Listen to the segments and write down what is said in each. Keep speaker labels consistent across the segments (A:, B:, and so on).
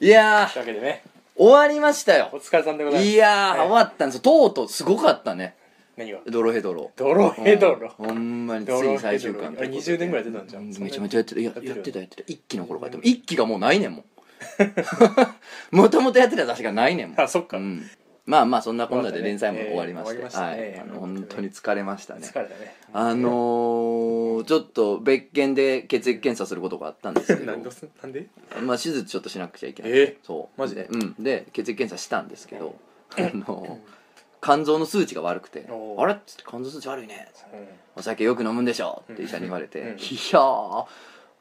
A: いや
B: という
A: ー
B: わけでね
A: 終わりましたよ
B: お疲れさんでございます
A: いやー、
B: はい
A: 終わったんですとうとうすごかったね
B: 何が
A: ドロヘドロ
B: ドロヘドロ
A: うんほんまにつ
B: ド
A: い
B: ロヘドロ
A: に最終回
B: あれ20年ぐらい出たんじゃん
A: めちゃめちゃやってたや
B: やってる
A: やってたやってた一期の頃からやってる一期がもうないねんもん もともとやってた確かないねんもん
B: あそっか
A: うんまあまあそんなこんなで連載も終わりまし
B: 終
A: て
B: わった
A: は
B: ねえ
A: い
B: え
A: あ
B: 終
A: の
B: わ
A: 本
B: りましたね
A: 当に疲れましたね
B: 疲れたね
A: あのーちょっと別件で血液検査することがあったんですけど
B: 何すなんで
A: まあ手術ちょっとしなくちゃいけない
B: え
A: そう
B: マジで
A: うんで血液検査したんですけどあの肝臓の数値が悪くて
B: お
A: 「
B: ー
A: あれ?」っつって「肝臓数値悪いね」
B: う
A: お酒よく飲むんでしょ」って医者に言われて「
B: うん
A: いや
B: うん
A: ー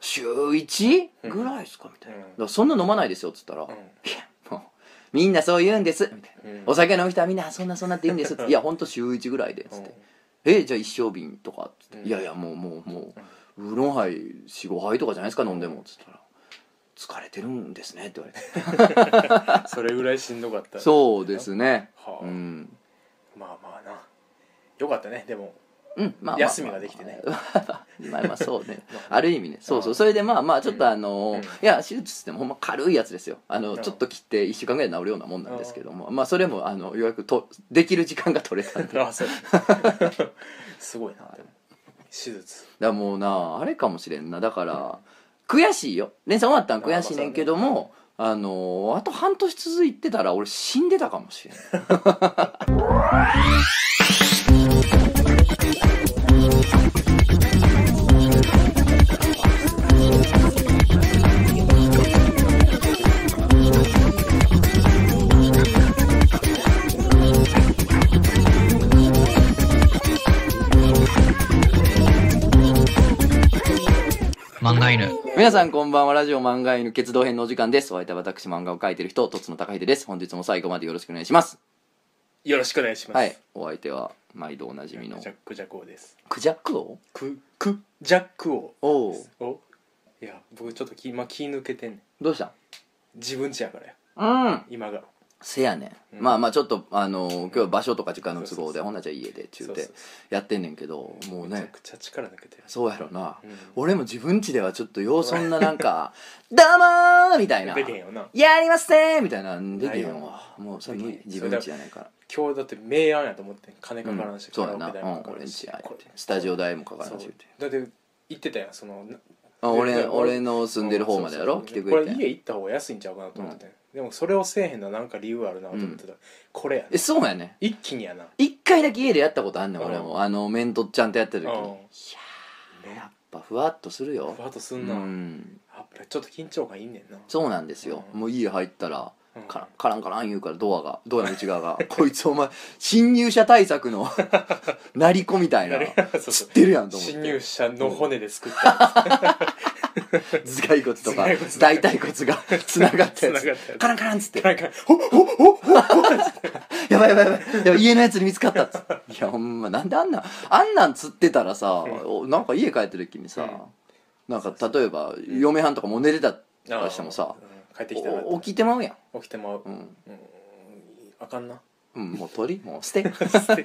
A: 週 1? ぐらいですか」みたいな「
B: うん
A: だからそんな飲まないですよ」っつったら「
B: ん
A: いやもうみんなそう言うんです」みたいな
B: うん
A: 「お酒飲む人はみんなそんなそんなって言うんです」っつって「いやほんと週1ぐらいで」っつって「えじゃあ一升瓶とか」っつって「
B: うん
A: いやいやもうもうもうウーロンハイ45杯とかじゃないですか飲んでも」っつったら「疲れてるんですね」って言われ て
B: うんそれぐらいしんどかった
A: そうですね
B: はあ
A: うん
B: まあまあなよかったねでも
A: うんまあまあ
B: 休みができてね
A: まあまあそう ね
B: ま
A: ある意味ねそうそううんそれでまあまあちょっとあのー
B: うん
A: いや手術ってもほんま軽いやつですよあの
B: うん
A: ちょっと切って1週間ぐらいで治るようなもんなんですけどもまあそれもあのようやくとできる時間が取れ たんでだか
B: あそうすごいなでも手術
A: らもうなあれかもしれんなだから悔しいよ連載終わったん悔しいねんけどもあのーあと半年続いてたら俺死んでたかもしれん
C: 漫画犬
A: 皆さんこんばんはラジオ漫画犬決動編のお時間ですお相手は私漫画を描いてる人とつの高秀です本日も最後までよろしくお願いします
B: よろしくお願いします
A: はいお相手は毎度おなじみの
B: ジャックジャック王です
A: クジャク王
B: ククジャック王
A: おお
B: おいや僕ちょっと気今気抜けてんねん
A: どうした
B: 自分ちやから
A: う
B: や
A: ん
B: 今が
A: せやね、ん
B: うん
A: まあまあちょっとあのー今日は場所とか時間の都合で
B: そうそうそう
A: ほんならじゃあ家でって言う
B: そう
A: て
B: そうそ
A: やってんねんけどもう
B: うめちゃ
A: ね
B: くちゃ力抜けてる
A: そうやろな、
B: うん
A: 俺も自分家ではちょっとようそんななん か「どうもー!」みたいな「
B: でけへんよな
A: やりません!」みたいなんできへ
B: なんいよ
A: わもうそれ無
B: で
A: 理
B: きへん
A: 自分家じゃないから
B: 今日だって明暗やと思ってん金かからんし、
A: そうや
B: カラ
A: な、
B: オケ
A: うん
B: 代も、かか
A: 俺
B: る
A: ん
B: し
A: ちや
B: こ
A: 言う
B: れ
A: てスタジオ代もかからんし
B: そ
A: 言
B: う
A: うて
B: だって行ってたやんそのな
A: あ俺
B: で
A: 俺の住んでる方までやろ
B: そう
A: 来て
B: そうそ
A: く
B: う
A: れ
B: こ
A: て
B: れ家行った方が安いんちゃうかなと思ってて、でもそれをせえへんのはなんか理由あるなと思ってた、これや
A: え
B: な
A: そうやね
B: 一気にやな
A: 一回だけ家でやったことあんねん俺
B: う
A: もあのメントちゃんとやってる時に
B: うん
A: いやーやっぱふわっとするよ
B: ふわっとすん
A: う
B: な、
A: ん
B: やっぱりちょっと緊張感いんねんな
A: そうなんですよ、
B: うん
A: もう家入ったら
B: うん
A: カランカランカラン言うからドアがドアの内側が こいつお前侵入者対策の なり子みたいな
B: なり子そう
A: 知
B: そう
A: ってるやんと思って
B: 侵入者の骨で作った
A: 頭蓋骨とか
B: 頭蓋骨
A: 大腿骨がつながったや
B: つながった
A: つ
B: やつ
A: カランカランっつって
B: なんか「ほっほっほっほっほっ
A: やばいやばいやばいやばい家のやつに見つかったっつっていやほんまなんであんなんあんなん釣ってたらさ、おなんか家帰ってる時にさ、なんか例えば嫁はんとかもう寝てたとかしてもさ、
B: うん帰ってきたら
A: お起きてまうやん
B: 起きてまう、
A: う
B: うん
A: ん、
B: あかんな
A: うん、もう鳥もう捨 て
B: 捨て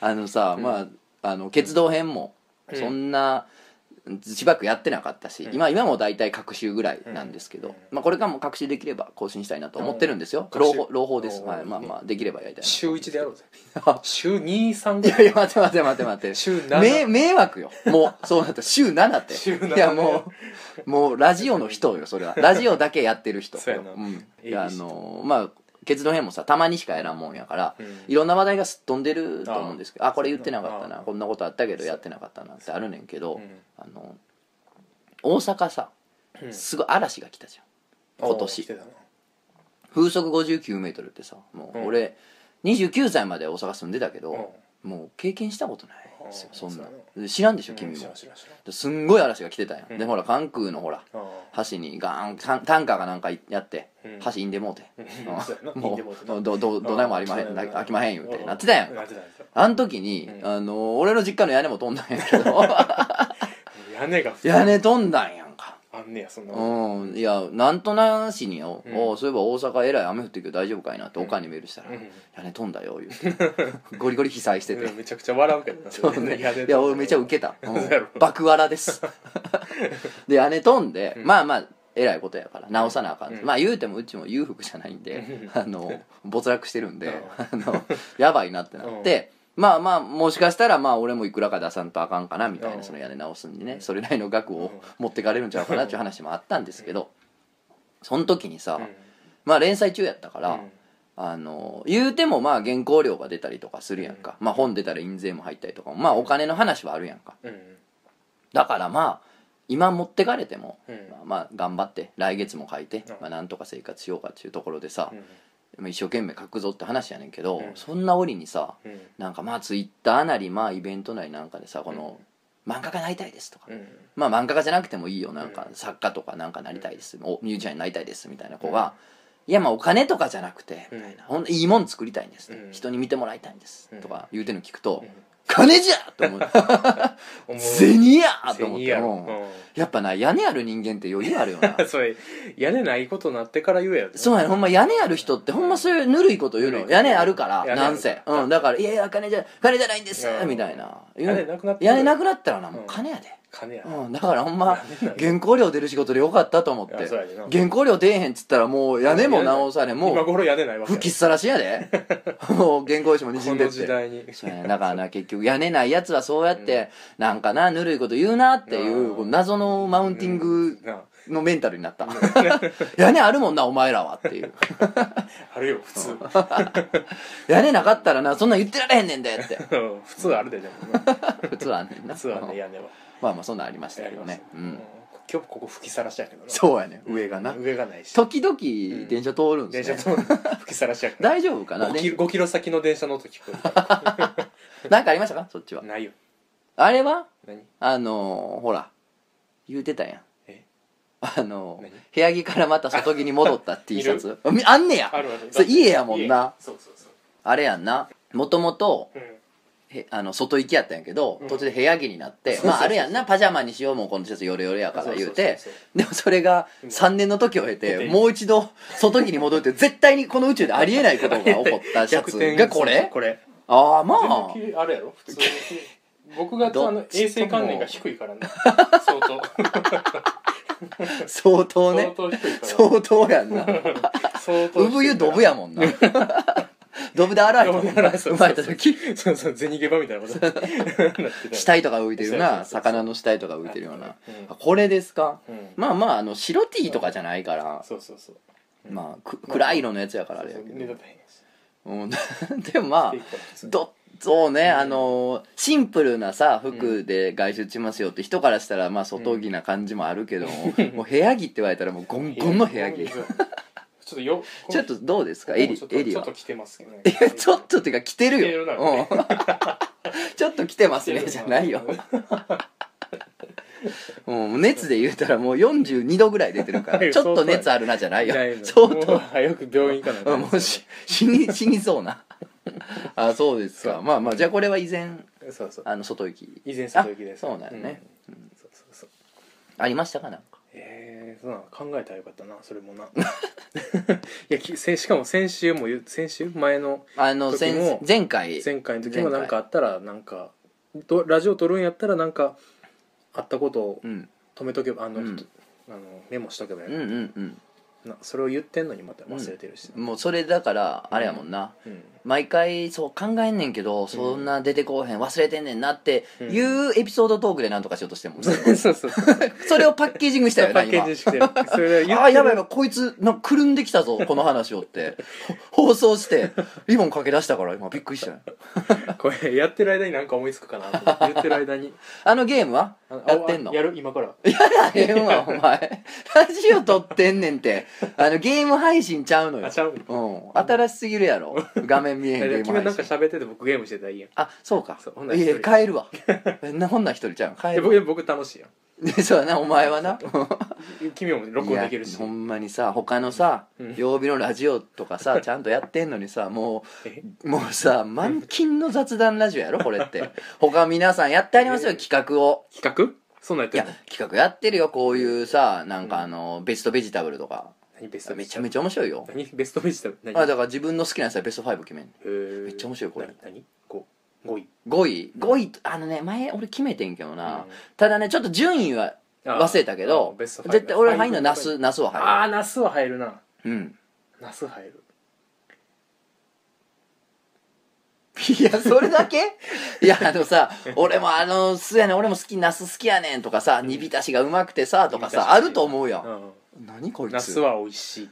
A: あのさ、まああの鉄道編も
B: うん
A: そんな、しばらくやってなかったし、
B: うん
A: 今今も大体各週ぐらいなんですけど、
B: うん
A: まあ、これからも各週できれば更新したいなと思ってるんですよ、
B: うん
A: 朗
B: 各
A: 報
B: 週
A: 朗報です、
B: おー
A: はい、まあ
B: いいね
A: まあできればやりたいな
B: 週1でやろ うぜ
A: あ
B: 週23
A: い
B: ぐら
A: や
B: い
A: いや待て待て待て待て
B: 週
A: め
B: 7
A: 迷惑よもうそうなった週7って
B: 週7
A: いやもうもうラジオの人よそ れはラジオだけやってる人、
B: そうやなんいい
A: いやあ
B: 人
A: のまあ結論編もさたまにしかやらんもんやから、
B: うん
A: いろんな話題がすっ飛んでると思うんですけどあ
B: あ
A: これ言ってなかったな
B: あ
A: こんなことあったけどやってなかったなってあるねんけど、
B: うん
A: あの大阪さ
B: うん
A: すごい嵐が来たじゃん今年
B: おー来てたな
A: 風速59メートルってさもう
B: うん
A: 俺29歳まで大阪住んでたけど、
B: うん
A: もう経験したことないですよ
B: うん
A: そんな
B: そうや
A: で知らんでしょ
B: うん
A: 君も
B: 知らん知らん知らん
A: ですんごい嵐が来てたんや、
B: うん
A: でほら関空のほら
B: あ
A: 橋にガーンタンタンカーがなんかやって、
B: うん
A: 橋インでもうて、
B: ー うんそうやな
A: も
B: いいでもってな
A: うどどどないもありまへ
B: うんん
A: な飽きまへん言うて
B: う
A: なってたやん
B: なっ
A: か
B: てたんですよ
A: あん時に、
B: うん
A: あの俺の実家の屋根も飛んだんやけ ど
B: 屋根が
A: 屋根飛んだんやんか
B: あんねやそんなこと
A: うんいやなんとなしによ、
B: うん
A: おうそういえば大阪えらい雨降ってるけど大丈夫かいなっておかんにメールしたら、
B: うん
A: 屋根飛んだよ言うてゴリゴリ被災してて
B: うんめちゃくちゃ笑うけどな
A: そうね、
B: 屋根
A: いや俺めちゃウケた、
B: そうやろ
A: 爆笑ですで姉飛んで、まあまあえらいことやから直さなあかん、
B: うん
A: まあ言うてもうちも裕福じゃないんで、あの没落してるんで、 あのやばいなってなって、まあまあもしかしたらまあ俺もいくらか出さんとあかんかなみたいな、
B: うん
A: その屋根直すんにねそれなりの額を持ってかれるんちゃうかなっていう話もあったんですけどその時にさ、
B: うん
A: まあ連載中やったから、
B: うん
A: あの言うてもまあ原稿料が出たりとかするやんか、まあ本出たら印税も入ったりとかもまあお金の話はあるやんか
B: うん
A: だからまあ今持ってかれても、
B: うん
A: まあまあ頑張って来月も書いて、
B: うん
A: まあなんとか生活しようかっていうところでさ
B: う、ん
A: まあ一生懸命書くぞって話やねんけど、
B: うん
A: そんな折にさ
B: うん
A: なんかまあツイッターなりまあイベントなりなんかでさこの、漫画家になりたいですとか、
B: うん
A: まあ漫画家じゃなくてもいいよなんか
B: うん
A: 作家とかなんかなりたいです、おミュージシャンになりたいですみたいな子が、いやまあお金とかじゃなくてみたいな、ほんといいもん作りたいんです、
B: うん
A: 人に見てもらいたいんです、
B: うん
A: とか言うてんの聞くと、
B: うん
A: 金じゃと思う
B: 思 う
A: 銭やと思っ
B: 銭
A: て
B: や
A: も
B: ろ
A: うやっぱな屋根ある人間って余裕あるよ な
B: うんそれ屋根ないことなってから言えや
A: そうやねほんま屋根ある人ってほんまそういうぬるいこと言う
B: ぬる
A: の
B: い
A: 屋根あるから
B: 屋根ある
A: なんせうんだからいやいや金じゃ金じゃないんです
B: うん
A: みたいな
B: 屋根なくなって
A: 屋根なくなったらなもううん金やで
B: 金や
A: うん、だからほんま
B: 屋根ない
A: 原稿料出る仕事でよかったと思っ
B: い
A: て
B: やそうやでな
A: 原稿料出えへんっつったらもう屋根も
B: 屋根ない
A: 直され
B: 今
A: も
B: 頃屋根ないわ
A: う
B: けや
A: 吹きっさらしやで もう原稿用紙もにじ
B: こ
A: んでっ
B: の
A: て
B: 時代に
A: そうやねだからな結局屋根ないやつはそうやって、なんかなぬるいこと言うなっていう
B: うん
A: こう謎のマウンティング
B: な
A: のメンタルになった 屋根あるもんなお前らはっていう
B: あるよ普通
A: 屋根なかったらなそんなん言ってられへんねんでって
B: うん 普通あるででもな
A: 普通はあんねんな
B: 普通はね屋根は
A: まあまあそんなんありました
B: や
A: け
B: り
A: ど
B: ました
A: ね
B: ね、
A: う
B: うん
A: ん、
B: 今日ここ吹きさらしやけどな
A: そうやね上がな
B: 上がないし
A: 時々電車通るんで
B: 電
A: すね、
B: 車と吹きさらしやから
A: 大丈夫かな
B: 5キ
A: で
B: ロ5キロ先の電車の音聞こえる
A: なんかありましたかそっちは
B: ないよ
A: あれは
B: 何
A: あのーほら言うてたやん
B: え
A: あのー
B: 何
A: 部屋着からまた外着に戻った T シャツみあんねや
B: あるある
A: それ家やもんな
B: 家そうそうそう
A: あれやんなもともと
B: うん
A: へあの外行きやったんやけど
B: うん
A: 途中で部屋着になって、
B: そうそうそう
A: まああるやんなパジャマにしようもんこの季節ヨレヨレやから言うて
B: そうそうそう
A: でもそれが3年の時を経
B: う
A: て
B: ん
A: もう一度外着に戻るって絶対にこの宇宙でありえないことが起こったシャ
B: 逆
A: ツ
B: 転
A: がこ
B: そうそう
A: れ
B: これ
A: ああま
B: 全
A: あ
B: 部きあれやろ普通に 僕があ
A: ど
B: の
A: っちとも
B: 衛生観念が低いから ね
A: 相
B: 相当
A: 当
B: 相
A: ね
B: 当低いから
A: 相当やんな
B: 相当低いから
A: 産湯ドブやもんなドブで洗い
B: ドブで洗い
A: 生まれた時
B: そうそう銭ゲバみたいなことになってた
A: 死体とか浮いてる
B: そうそうそ
A: な
B: うそう
A: 魚の死体とか浮いてるような
B: うん
A: あこれですか
B: うん
A: まあまああの白 T とかじゃないから
B: そうそうそう
A: まあく暗い色のやつやからあれや
B: そう
A: け
B: そう
A: ど
B: 目立たへんやつ
A: うん でもまあ
B: 低いから普通
A: どそうね、あのシンプルなさ服で外出しますよって人からしたらまあ外着な感じもあるけども,、もう部屋着って言われたらもうゴンゴンの部屋着
B: ちょっとよ
A: ちょっとどうですか
B: エ
A: エ
B: リ
A: リ
B: ちょっと
A: エリ
B: ちょっ
A: は
B: と着てますけどね
A: いやちょっとっていうか着てるよ
B: 着てるな
A: うん ちょっと着てますね
B: 着てるな
A: じゃないようん熱で言うたらもう42度ぐらい出てるか
B: は
A: ら
B: い
A: ちょっと熱あるなじゃないよ
B: ない の
A: 相
B: もう
A: 当
B: 早く病院行かな
A: うんもうし死に死にそうな あそうです
B: そ
A: か
B: う
A: まあまあじゃあこれは依然
B: そうそう
A: あの外行き
B: 以前外行きです
A: あそうなんやね、
B: うんそうそうそう
A: ありましたかなんか
B: えー、そうなの考えたらよかったなそれもないやきせしかも先週も言う先週前の
A: あの
B: 時
A: 先
B: も
A: 前回
B: 前回の時も
A: 前回
B: なんかあったらなんかどラジオ撮るんやったらなんかあったことを
A: うん
B: 止めとけばあの、
A: うん
B: ひとあのメモしとけばよ
A: うんうん
B: なそれを言ってんのにまた忘れてるしな、
A: うんもうそれだからあれやもんな、
B: うん
A: 毎回そう考えんねんけどそんな出てこうへん忘れてんねんなっていうエピソードトークでなんとかしようとしてんもん、
B: そうそうそう
A: それをパッケージングしたよな
B: パッケ
A: 今
B: ージしてるそれ
A: ああやばいや
B: の
A: ばいこいつなんかくるんできた ぞこの話をってほ放送してリボンかけ出したから今びっくりしたよ
B: これやってる間になんか思いつくかなと思って言ってる間 に
A: あのゲームは
B: あの
A: やってんの
B: あやる今から
A: やらへんわお前ラジオ撮ってんねんってあのゲーム配信ちゃうのよ
B: あちゃう
A: うん新しすぎるやろ画面見えへんゲー
B: 君
A: ム
B: な
A: 配
B: んか
A: 信
B: 喋ってて僕ゲームしてたらいいやん
A: あそうか
B: そうほんなら
A: い
B: 一人
A: や帰るわえなほんなら一人ちゃう帰る
B: え
A: わ
B: 僕僕楽しいやん
A: ねそうやなお前はな
B: 君も録音できるし
A: いやほんまにさ他のさ、曜日のラジオとか さちゃんとやってんのにさも
B: え
A: うもうさ満勤の雑談ラジオやろ これって他皆さんやってありますよ企画を
B: 企画そんなんやっ
A: い
B: て
A: や
B: るの
A: 企画やってるよこういうさなんかあの、ベストベジタブルとか
B: 何ベスト
A: めちゃめ
B: めち
A: ちゃ面白いよ
B: ゃ何ベストベジタブル
A: あ
B: 何
A: だから自分の好きなやつはベスト5決めんねん
B: め
A: めっちゃ面白いこれ
B: 何こう5位
A: 5位5位あのね前俺決めてんけどな、
B: うん
A: ただねちょっと順位は忘れたけど
B: あーベストファイブ
A: 絶対俺入るのはナスナスは
B: あ
A: 入
B: あナスは入るな
A: るうん
B: ナス入る
A: いやそれだけ いやあのさ俺もあのすやねん俺も好きナス好きやねんとかさ煮浸しがうまくてさとか
B: 煮浸し
A: さあると思うやん
B: うん
A: 何こい
B: ナ
A: つ
B: スは美味しい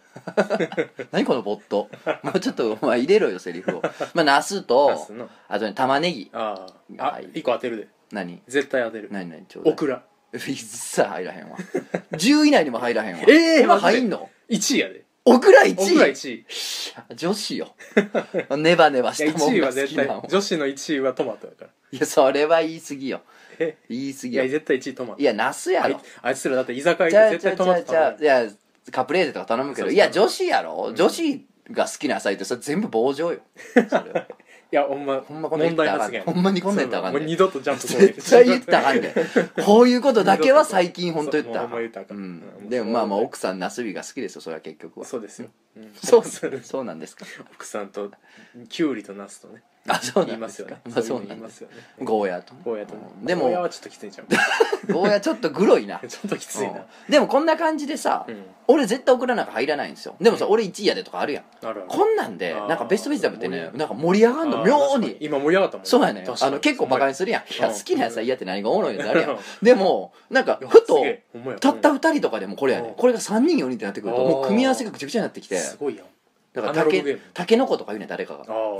A: 何このボッ トもうちょっとお前入れろよセリフをまあナスと
B: ナスの
A: あとね玉ねぎ
B: あーあ
A: はい
B: 一個当てるで
A: 何
B: 絶対当てる
A: 何何ちょうだい
B: オクラ
A: 一切入らへんわ10位以内にも入らへんわ
B: ええ
A: 今
B: マジで
A: 入んの
B: 1位やで
A: オクラ
B: オクラ
A: 1
B: 1位
A: 位女子よ ネバネバ
B: い
A: し
B: や
A: たも
B: 1
A: ん
B: 位
A: が
B: は
A: 好
B: 絶
A: きな
B: 対
A: の
B: 女子の1位はトマトだから
A: いやそれは言い過ぎよ
B: え
A: 言い過
B: い
A: ぎよ
B: や絶対1位トマト
A: いやナスや
B: あい
A: ろ
B: あいつらだって居酒屋
A: ちゃ
B: 行っ
A: う
B: て
A: ちゃ
B: 絶対
A: うち
B: トマ
A: ゃう
B: ト
A: ちゃ
B: 頼
A: うい
B: む
A: やカプレーゼとか頼むけど
B: そう
A: いや女子やろ女子が好きな野菜ってそれ全部棒状よそれはい
B: やほんま
A: ほんまこんなん言
B: 問
A: ったら
B: 題
A: あか
B: 発
A: ん
B: 言
A: ほんまにこんなん言ったらあかんね
B: もう二度とジャンプ攻撃
A: 絶対言ったらあかんでこういうことだけは最近本当言っ
B: そ
A: た
B: うほんま言ったらあかん
A: うんでもまあまあ奥さんナスビが好きですよそれは結局は
B: そうですよ、うん
A: そう
B: 奥さん
A: そうなんですか
B: 奥さんときゅうりとナスとね
A: あそう
B: 言い
A: なん
B: ま
A: ですす
B: よ
A: か
B: ね
A: まあそう
B: いの
A: な
B: 言
A: ん
B: い
A: で
B: ますすよね
A: ゴーヤーと
B: ゴーヤとね
A: うんでも
B: ゴーヤはちょっときついじゃん ち
A: ゴーヤーちょっとグロい な
B: ょっときついな
A: うんでもこんな感じでさ
B: うん
A: 俺絶対オクラなんか入らないんですよでもさ俺1位やでとかあるやん
B: あるある
A: こんなんで
B: あー
A: なんかベストベジタブってね
B: 盛り上がる
A: なんか盛り上がんの妙
B: あー確か
A: に
B: 今盛り上がったもん
A: そうやねん
B: 確か
A: あ
B: に
A: の結構バカにするやんいや
B: うん
A: 好きな野菜嫌って何がおもろいのってあるや
B: うんん
A: でもなんか
B: いや
A: ふ
B: す
A: と
B: げえほんまや
A: たった2人とかでもこれや
B: う
A: ね
B: ん
A: これが3人4人ってなってくるともう組み合わせがぐちゃぐちゃになってきて
B: すごいやん
A: だから
B: アナ
A: た
B: ログ
A: け
B: ゲーム
A: たけのことか言うねん誰かが
B: ああ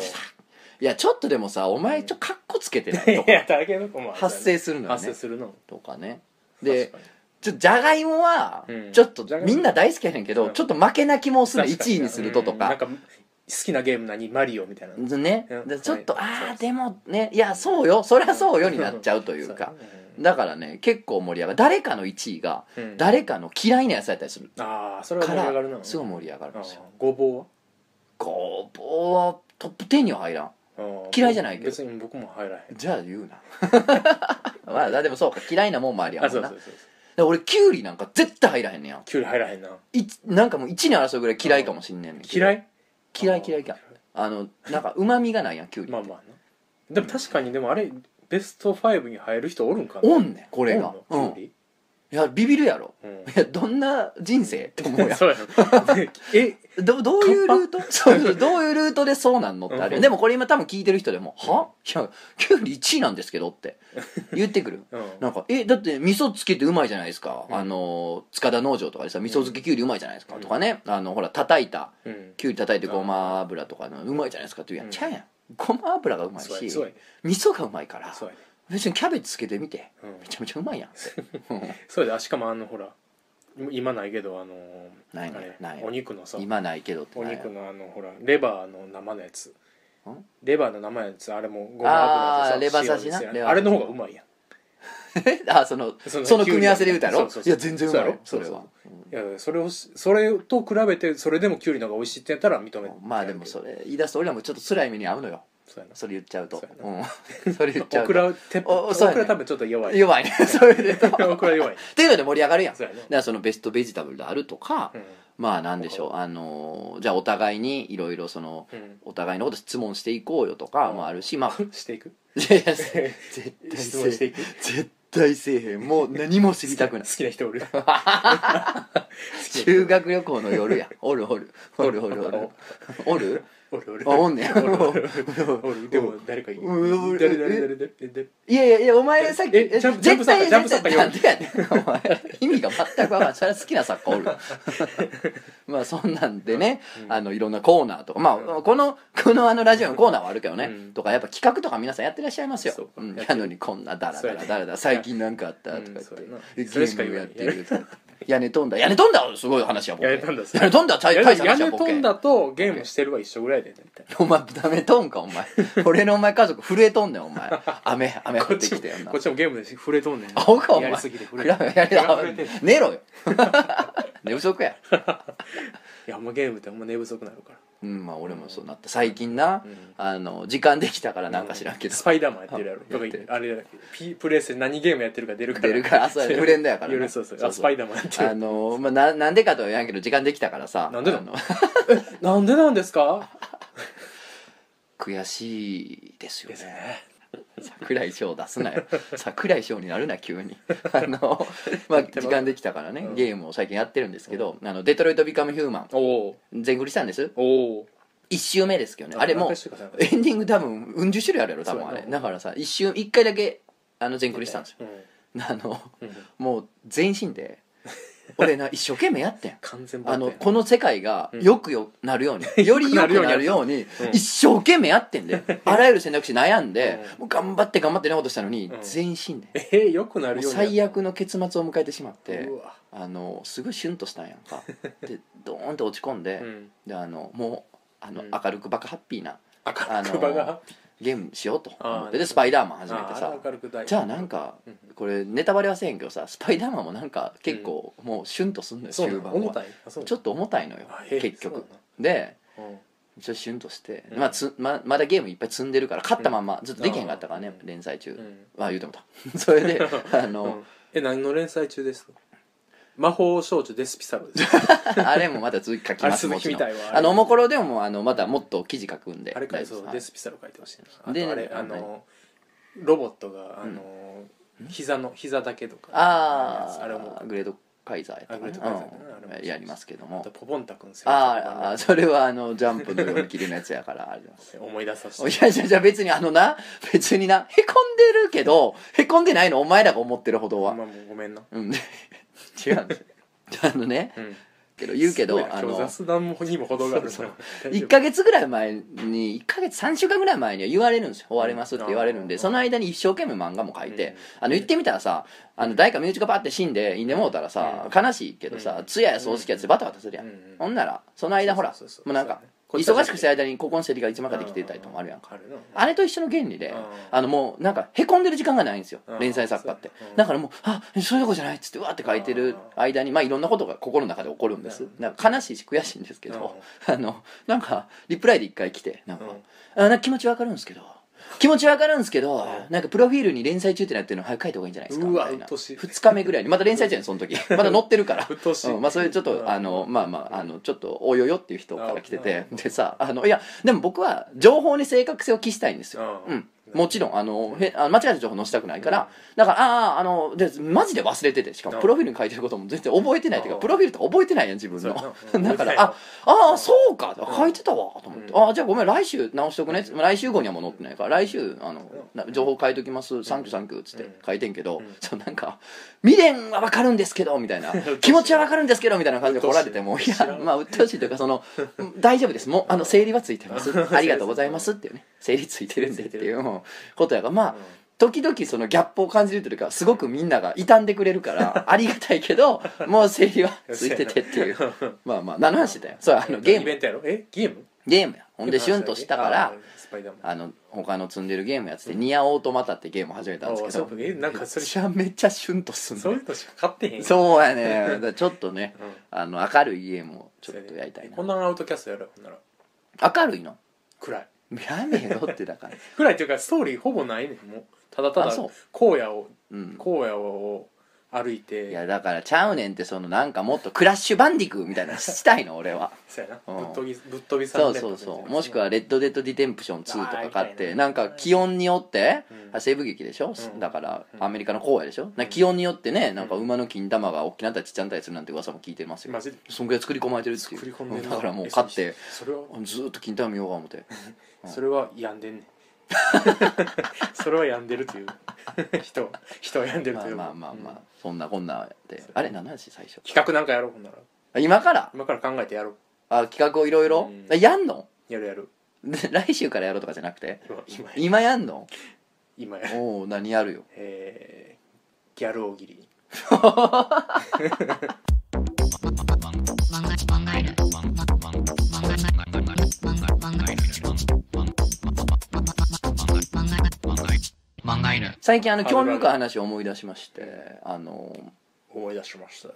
A: いやちょっとでもさお前ちょっとカッコつけてないと
B: い
A: か
B: やだけどまあ
A: 発生するのよ
B: 発
A: ね
B: 生するの
A: とかねで
B: 確かに
A: ちょじゃがいもは
B: うん
A: ちょっと
B: じゃがいも
A: みんな大好きやねんけ
B: う
A: ど
B: ん
A: ちょっと負けな気もする
B: 確か
A: 1位にするとと
B: うんな
A: か
B: んか好きなゲーム何マリオみたいな
A: ね
B: うん
A: でちょっと
B: はい
A: あ
B: そう
A: あ
B: そう
A: でもねいやそうよそりゃそうよになっちゃうというかだからね結構盛り上がる誰かの1位が
B: うん
A: 誰かの嫌いな野菜だったりする
B: ああそれは
A: か
B: 盛り上がる
A: ら
B: な
A: すごい
B: い
A: 盛り上がるんですよ
B: ごぼ
A: ごぼうはトップ10には入らん
B: うは
A: 嫌いじゃないけど
B: 別に僕も入らへん
A: じゃあ言うな まあでもそうか嫌いなもんもありや
B: あ
A: も
B: そ
A: ん
B: う
A: な
B: そうそう
A: で俺キュウリなんか絶対入らへんねや
B: キュウリ入らへんない
A: なんかもう1に争うぐらい嫌いかもしんねんねんけど
B: 嫌い
A: 嫌い嫌い嫌いあのなんかうまみがないやんキュウリ
B: まあまあなでも確かにでもあれベスト5に入る人おるんかな
A: おんねんこ
B: こ
A: れが
B: キ
A: う
B: ュウ
A: んい
B: リ
A: やビビるやろ
B: うん
A: いやどんな人生って思うやん
B: そうやろでえ
A: どどういうルートそうそうどういうルートでそうなんのってある
B: うん
A: よでもこれ今多分聞いてる人でも「はいやキュウリ1位なんですけど」って言ってくる
B: うん
A: なんか「えだって味噌つけてうまいじゃないですか、
B: うん
A: あの塚田農場とかでさ味噌漬けキュウリうまいじゃないですか」
B: うん
A: とかねあのほら叩いた
B: うん
A: キュウリ叩いてごま油とかのうまいじゃないですかって言うやん、ちゃうやんごま油がうまいし
B: そうや
A: 味
B: そうや
A: 噌がうまいから
B: そうやね
A: 別にキャベツつけてみて
B: うん
A: めちゃめちゃうまいやんって、 うん
B: そうやであしかもあのほら今ないけどあのー
A: ないね
B: あれ
A: ない
B: お肉のさ
A: 今ないけどって
B: お
A: なんや
B: 肉のあのほらレバーの生のやつ
A: ん
B: レバーの生のやつあれもご
A: あーレバ刺しな
B: 塩です
A: レ
B: よね
A: バ刺し
B: あれの方がうまいやん
A: あその
B: そ
A: そ
B: の
A: の組み合わせで言うたやろ
B: そうそう
A: い
B: そう
A: や全然うまいよ
B: そ
A: そう
B: やろ
A: れは
B: いやそれをしそれと比べてそれでもキュウリの方が美味しいってやったら認め
A: うんまあでも
B: そ
A: それ言い出すと俺らもちょっと辛い目に遭うのよ
B: そうやな
A: それ言っちゃうと
B: そうや
A: うん それ言っちゃ
B: オ
A: う
B: ク
A: と
B: ラて
A: お
B: オ
A: そうやね
B: クラ多分ちょっと弱い
A: 弱いねそれで
B: オクラ弱い
A: っていうので盛り上がるやん
B: そ
A: だ
B: うやね
A: からそのベストベジタブルであるとか
B: うん
A: まあなんでしょうあのーじゃあお互いにいろいろその
B: うん
A: お互いのこと質問していこうよとかもあるしまあ
B: していく
A: いやいや絶 対
B: 質問して
A: せえ
B: いく
A: 絶対せえへんもう何も知りたくない
B: 好きな 人おる
A: 修学旅行の夜やおるおるおるおるおるおる
B: おるおる
A: あおんねや
B: おるおるでも誰かいい
A: うん
B: 誰誰誰誰誰
A: いやいやいやお前さっき
B: ええジャンプジャンプ
A: 絶対
B: ジャンプサッカー
A: 絶対なんでやねんお前意味が全く分からんそれは好きな作家おるまあそんなんでね、あのいろんなコーナーとかまあ、
B: う
A: このこのあのラジオのコーナーはあるけどね、
B: うん
A: とかやっぱ企画とか皆さんやってらっしゃいますよ
B: そうか
A: うん
B: やって
A: や
B: る
A: のにこんなダラダ
B: そうや
A: ラ
B: ね
A: ダラダラ最近なんかあったとか言っ
B: うん
A: て
B: そう、やな
A: で
B: それしか
A: ゲーム
B: 言
A: や
B: わん
A: ってるとか屋根飛んだ屋根飛んだはすごい話やボケ
B: 屋根飛んだ
A: 屋根飛んだ大
B: 屋
A: 大
B: 根
A: した話や
B: 屋根
A: ボ
B: 飛
A: ケ
B: んだとゲームしてるは一緒ぐらいでみたいな
A: お前ダメとんかお 前俺のお前家族震えとんねんお前雨雨
B: こ
A: 降
B: っ
A: って
B: ち
A: き
B: も
A: てよな
B: こっちもゲームで触れとんねん
A: アホかお前
B: やりすぎて触れ
A: 比
B: とん
A: べやり
B: や触れてる
A: 寝ろよ寝不足や
B: いやほんまゲームってほんま寝不足なるから
A: うんまあ俺もそうなった最近な、
B: ん
A: あの時間できたからなんか知らんけど、
B: スパイダーマンやってるやろ
A: あやってる
B: あれだピプレイスで何ゲームやってるか出るから
A: 出るからあそうやねフレンドやからな
B: 夜そうそう
A: そう
B: あ
A: そう
B: スパイダーマンやって
A: あ
B: る
A: のまあななんでかとは言わんけど時間できたからさ
B: なんでなの
A: あの
B: なんでなんですか
A: 悔しいですよ
B: です
A: ね
B: ね
A: 桜井翔出す なよ桜井翔になるな急にあのまあ時間できたからね、
B: うん
A: ゲームを最近やってるんですけど「あのデトロイト・ビカム・ヒューマン
B: おお」
A: 全クリしたんです
B: おお
A: 1周目ですけどねあれもう
B: 何回してたかな
A: エンディング多分うん十種類あるやろ多分あ
B: そう
A: れ
B: やな
A: だからさ一周一回だけあの全クリしたんですよあの
B: うんうん
A: もう全身で俺 な一生懸命やってん
B: 完全版
A: あの
B: やな
A: この世界が
B: うん
A: よくよなるように、よ り良くなるように
B: うん
A: 一生懸命やってんであらゆる選択肢悩んで、
B: うん
A: もう頑張って頑張ってなことしたのに、
B: うん
A: 全身で
B: えー、よくな
A: も
B: る
A: う
B: ように
A: 最悪の結末を迎えてしまって
B: うわ
A: あのすごいシュンとしたんやん かでドーンと落ち込んで,、
B: うん
A: であのもうあの、
B: うん
A: 明るくバカハッピーな
B: 明るく場が
A: ゲームしようと思っ
B: あ
A: て
B: ー
A: でスパイダーマン始め
B: あ
A: て
B: あ
A: さ
B: れ明るく大
A: じゃあなんか
B: うん
A: これネタバレはせえへんけどさスパイダーマンもなんか結構もうシュンとすんのよ、
B: そう
A: 終
B: なの
A: 盤
B: 重
A: は
B: たいあそう
A: ちょっと重たいのよ
B: あへえ
A: 結局
B: そうなんだ
A: で
B: うん
A: ちょっとシュンとして、
B: うん
A: まあ、つままだゲームいっぱい積んでるから勝ったまんまずっとできへんかったからね、
B: うん
A: 連載中、
B: うん
A: まあ言うてもた それであ
B: う
A: の
B: ん、え何の連載中ですか魔法少女デスピサロです
A: あれもまた続き書き
B: あれ
A: ます
B: 鈴
A: も
B: 木
A: ち
B: み
A: ろ
B: た
A: ん
B: いわ
A: あのおもこ
B: ろ
A: ろでもあのまたもっと記事書くんで
B: あれか
A: 大
B: ら
A: 丈
B: そう
A: 夫
B: デ
A: です
B: スピサロ書いてほしいなあ
A: で
B: とあれあ
A: あ
B: のロボットがあの膝の膝だけとか
A: ああ
B: あれも
A: グレードカイザーやった
B: あグレード
A: か
B: カイザ
A: な
B: ーやったなあれ
A: うん
B: も
A: やりますけど
B: あ
A: も
B: とポポンタくんですよ
A: あーあーそれはあのジャンプの読み切りのやつやからあります
B: 思い出さ せ
A: い
B: て
A: やいやいや別にあのな別になへこんでるけどへこんでないのお前らが思ってるほど
B: まあ
A: は
B: もうごめんな
A: うん違うんですよあのね
B: うん
A: けど言うけど
B: すごいな
A: あ
B: 今日
A: の
B: 雑談もにも程があるな
A: そう
B: 大丈夫
A: 1ヶ月ぐらい前に1ヶ月3週間ぐらい前には言われるんですよ終わりますって言われるん
B: う
A: で
B: ん
A: その間に一生懸命漫画も書いて、
B: うん
A: あの言ってみたらさあの誰か身内がバッて死んでいんでもうたらさ、悲しいけどさ
B: うん
A: 通夜や葬式やつでバタバタするやん、
B: うんうん
A: ほんならその間ほら
B: そうそうそう
A: もうなんか
B: そうね
A: 忙しくしてる間にここのセリが一番かできてたりとかもあるやんか
B: あるな
A: あれと一緒の原理で
B: うん
A: あのもうなんかへこんでる時間がないんですよ
B: うん
A: 連載作家って
B: そううん
A: だからもう「あそういうとこじゃない」っつってうわーって書いてる間にまあいろんなことが心の中で起こるんです
B: うん
A: なんか悲しいし悔しいんですけど あのなんかリプライで一回来てなんか「あなんか気持ちわかるんですけど」気持ちわかるんですけど、
B: うん
A: なんかプロフィールに連載中ってなってるの早く書いた方がいいんじゃないですか
B: うわ
A: みたいな
B: うっとうしい
A: 2日目ぐらいにまだ連載中やんその 時まだ載ってるから
B: うっとうしい
A: んまあそれちょっと、
B: うん
A: あのまあまああのちょっとおよよっていう人から来てて
B: うん
A: でさあのいやでも僕は情報に正確性を期したいんですよ
B: う
A: うんん、もちろんあのへあ間違えた情報載せたくないから、だからあああのでマジで忘れててしか
B: う
A: も
B: ん
A: プロフィールに書いてることも全然覚えてないっていう
B: う
A: か
B: ん
A: プロフィールとか覚えてないやん自分
B: そうや
A: の
B: なう ん
A: だから
B: 覚
A: あああそうか
B: ん
A: 書いてたわと思って、
B: うん
A: ああじゃあごめん来週直しとくねっつって来週号にはもう載ってないから来週あのな情報書いときますサンキューサンキューっつっ
B: うん
A: て書いてんけど、
B: うん
A: そうなんか「未練はわかるんですけど」みた いな「気持ちはわかるんですけど」みたいな感じで来られても「
B: うっ
A: い
B: とうしい
A: やまあうっとうしいというかそのうん大丈夫ですもうあの整理はついてますありがとうございます」っていうね整理ついてるんでっていうもうことやからまあ、時々そのギャップを感じるというかすごくみんなが傷んでくれるからありがたいけどもう整理はついててっていうまあまあ何の話してたよそうあのゲー
B: ゲームイ
A: ム
B: ベントやろえゲーム
A: ゲームやほんでシュンとしたから
B: スパイダーマン
A: あの他の積んでるゲームやってて「ニアオートマタ」ってゲームを始めたんですけ
B: あ
A: ど
B: そうえなんかそ
A: め
B: れ
A: ちゃめちゃシュンとすん
B: そう
A: の
B: いうのしか買ってへん
A: そうやねだからちょっとね
B: うん
A: あの明るいゲームをちょっとやりたいな
B: こんなアウトキャストやろほんなら
A: 明るいの
B: 暗い
A: やめろってだから
B: 暗いっていうかストーリーほぼないねんもうただただ
A: あそう
B: 荒野を
A: うん
B: 荒野を歩いて
A: いやだからちゃうねんってそのなんかもっとクラッシュバンディクーみたいなのしたいの俺 は
B: そうやな
A: うん
B: ぶっ飛びぶっ飛びさ
A: そうそうそうもしくは「レッド・デッド・ディテンプション2」とか買っ
B: あー
A: て
B: みたいな
A: なんか気温によって、
B: うん
A: あ西部劇でしょ、
B: うん
A: だから
B: うん
A: アメリカの荒野でしょ、なんか気温によってねなんか馬の金玉が大きなったりちっちゃなったりするなんて噂も聞いてますよ
B: マジで
A: そんぐらい作り込まれてるってい
B: 作り
A: う
B: 込んでんな
A: だからもう買って
B: えそれは
A: ずーっと金玉見ようか思って
B: それは病んでん ねんそれは病んでるという人は人は病んでる
A: まあ
B: という
A: まあまあまあ、
B: うん
A: そんなこんなであれ何の話最初
B: 企画なんかやろうほんなら
A: あ今から
B: 今から考えてやろう
A: あ企画をいろいろ
B: うん
A: あやんの
B: やるやる
A: で 来週からやろうとかじゃなくて
B: 今今や
A: 今やんの
B: 今やる
A: おお何やるよ
B: えー、ギャル大喜利
C: 漫画漫画犬漫画漫画漫画漫画漫画漫画犬漫画犬
A: 最近あの
B: あるあ
A: 興
B: る
A: 味深い話を思い出しましてあの
B: 思い出しました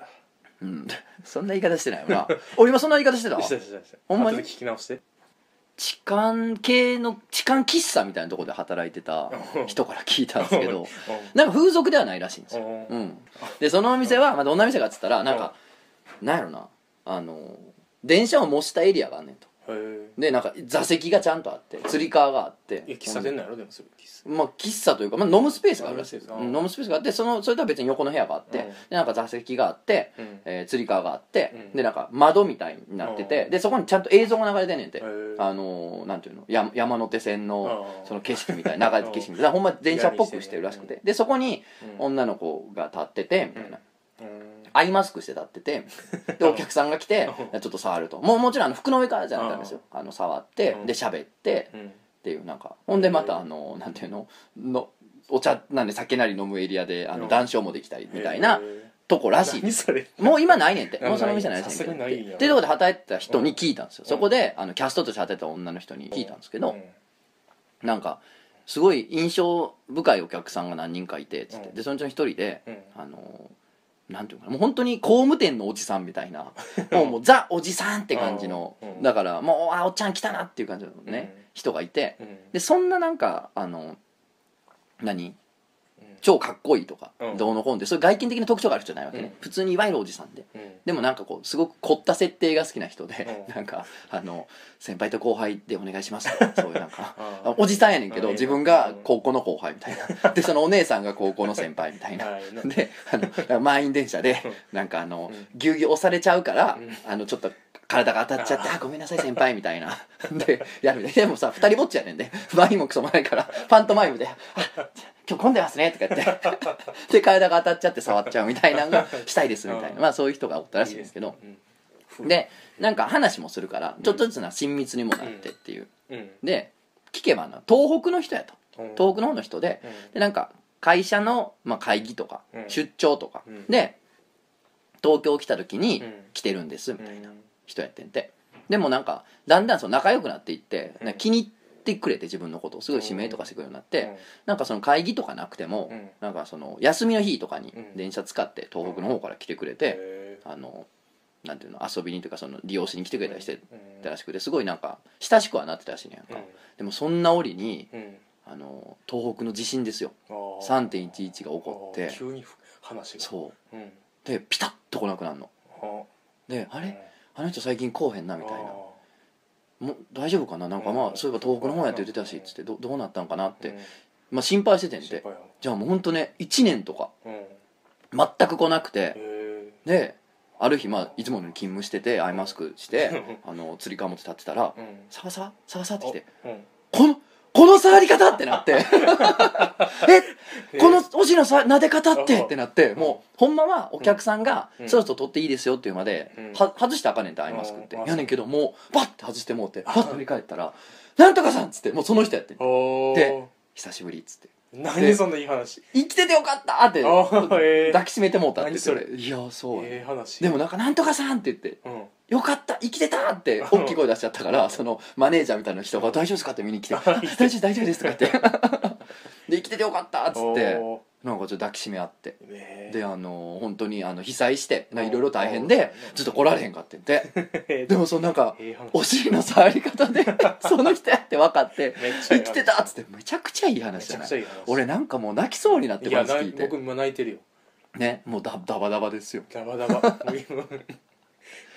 A: うん そんな言い方してないよ な俺今そんな言い方してた
B: したしたした
A: ほんまに
B: 後で聞き直して
A: 痴漢系の痴漢喫茶みたいなところで働いてた人から聞いたんですけ
B: うん
A: どなんか風俗ではないらしいんですよ、
B: う
A: うんん、でそのお店は、まあ、どんな店かっつったらなんかなんやろなあの電車を模したエリアがあんねんと
B: へえ
A: でなんか座席がちゃんとあってつり革があって
B: え喫茶店なんやろでもそれ喫茶
A: まあ、喫茶というか、まあ、飲むスペースがあるらしいです、
B: あ
A: う
B: るらしいです
A: ん飲むスペースがあってそのそれとは別に横の部屋があって、
B: うん
A: でなんか座席があって、
B: うん
A: えー、つり革があって、
B: うん
A: でなんか窓みたいになってて、でそこにちゃんと映像が流れてんねんて、
B: ー
A: あのーなんていうのや山手線の
B: あー
A: その景色みたいな流れてる景色みたいなほんま電車っぽくしてるらしくて、でそこに
B: うん
A: 女の子が立っててみたいな、
B: うん
A: アイマスクして立っててでお客さんが来てちょっと触るともうもちろんあの服の上からじゃなかったんですよあの触って
B: うん
A: で喋って
B: うん
A: っていうなんかほんでまたあのなんていうののお茶なんで酒なり飲むエリアであ
B: う
A: の
B: ん
A: 談笑もできたりみたいな
B: へー
A: とこらしい
B: 何それ
A: もう今ないねんって
B: あ
A: もうその店ないねん
B: さすがな
A: っ
B: い
A: て
B: んや
A: っていうとこで働いてた人に聞いたんですよ
B: うん
A: そこであのキャストとして働いてた女の人に聞いたんですけ
B: う
A: ど
B: ん
A: なんかすごい印象深いお客さんが何人かいてっつって
B: うん
A: でそのうちの一人で
B: うん
A: あのなんていうのかなもう本当に工務店のおじさんみたいなもうもうザおじさんって感じの
B: うん
A: だからもうあおっちゃん来たなっていう感じのね、
B: うん
A: 人がいて
B: うん
A: でそんななんかあの何
B: うん
A: 超かっこいいとか、
B: うん
A: どうのこうのってそういう外見的な特徴がある人じゃないわけね、
B: うん
A: 普通にいわゆるおじさんで
B: うん
A: でもなんかこうすごく凝った設定が好きな人で、
B: うん
A: なんかあの先輩と後輩でお願いしますとか そういうなんか
B: あ
A: おじさんやねんけど
B: うん
A: 自分が高校の後輩みたいなでそのお姉さんが高校の先輩みたいな
B: はいな
A: であの満員電車でなんかあのぎゅうぎゅう押されちゃうから、あのちょっと体が当たっちゃって「あごめんなさい先輩」みたいな でやるみたいでもさ二人ぼっちやねんで 前にもクソもないからパントマイムで「あ今日混んでますね」とか言って で体が当たっちゃって触っちゃうみたいなのがしたいですみたいな、まあそういう人がおったらしいんですけど
B: うん
A: でなんか話もするからちょっとずつな親密にもなってっていう
B: うん
A: で聞けばな東北の人やと
B: うん
A: 東北の方の人で、でなんか会社の、まあ、会議とか、
B: うん
A: 出張とか、
B: うん
A: で東京来た時に
B: うん
A: 来てるんですみたいな
B: うん
A: 人やってんてでもなんかだんだんその仲良くなっていって、
B: うん
A: なんか気に入ってくれて自分のことをすごい指名とかしてくれるようになって、なんかその会議とかなくても、
B: うん
A: なんかその休みの日とかに
B: うん
A: 電車使って東北の方から来てくれ
B: うん
A: て、
B: へ
A: あのなんていうの遊びにというかその利用しに来てくれたりして
B: ーうん
A: たらしくてすごいなんか親しくはなってたらしいねやんか、でもそんな折に
B: うんうん
A: あの東北の地震ですよ
B: あー
A: 3.11が起こっ
B: あ
A: て
B: ー急にふ話が、
A: そう
B: ん、
A: うでピタッと来なくなるの
B: あ
A: であ
B: あ
A: れあの人最近来おへんなみたいな
B: あ
A: もう大丈夫かななんかまあ
B: うん
A: そういえば東北の方やって言ってたしっつってどどうなったんかなっ
B: ー
A: て、まあ、心配してて
B: うんん、心
A: て
B: 配や
A: じゃあもうほんとね1年とか
B: なうんへ
A: 全く来なくて
B: え
A: である日まあいつものように勤務しててアイマスクしてあの釣り革持って立ってたら
B: うん
A: サワサワサワサワってきて
B: うん
A: このこの触り方ってなって えこのお尻のさ撫で方ってってなってもうほんまはお客さんが
B: うん
A: そろそろ取っていいですよっていうまで
B: うん
A: は外してあかねんってアイマスクって
B: うん
A: やねんけどもうパッて外してもうてパッて振り返ったら「なんとかさん!」っつってもうその人やって
B: お
A: で「久しぶり」っつって
B: 何そんないい話
A: 「生きててよかった!」って
B: あーえー
A: 抱きしめてもうたって言
B: 何
A: っ
B: それ
A: ていやそう
B: ええ話
A: でもなんか「なんとかさん!」って言って
B: うん
A: 「よかった生きてた!」って大きい声出しちゃったからそのマネージャーみたいな人が「大丈夫ですか?」って見に来 て「大丈夫大丈夫です」とか言って「で生きててよかった!」っつって
B: お
A: なんかちょっと抱きしめ合って。
B: ーねえ
A: であの本当にあの被災して
B: うん
A: いろいろ大変
B: うん
A: でずっと来られへんかってん て
B: えー
A: でもそのなんか
B: ええ話
A: お尻の触り方 でその人やって分かって
B: めっちゃ
A: 生
B: いい話
A: きてたっつってめちゃくちゃいい
B: め
A: 話じ
B: ち
A: ゃ
B: ゃ
A: な
B: く
A: い
B: ちゃいい話
A: 俺なんかもう泣きそうになって
B: い
A: ま
B: や
A: ず
B: な
A: 聞いて
B: 僕今泣いてるよ
A: ねもうダダバダバですよ
B: ダバ ダバもう今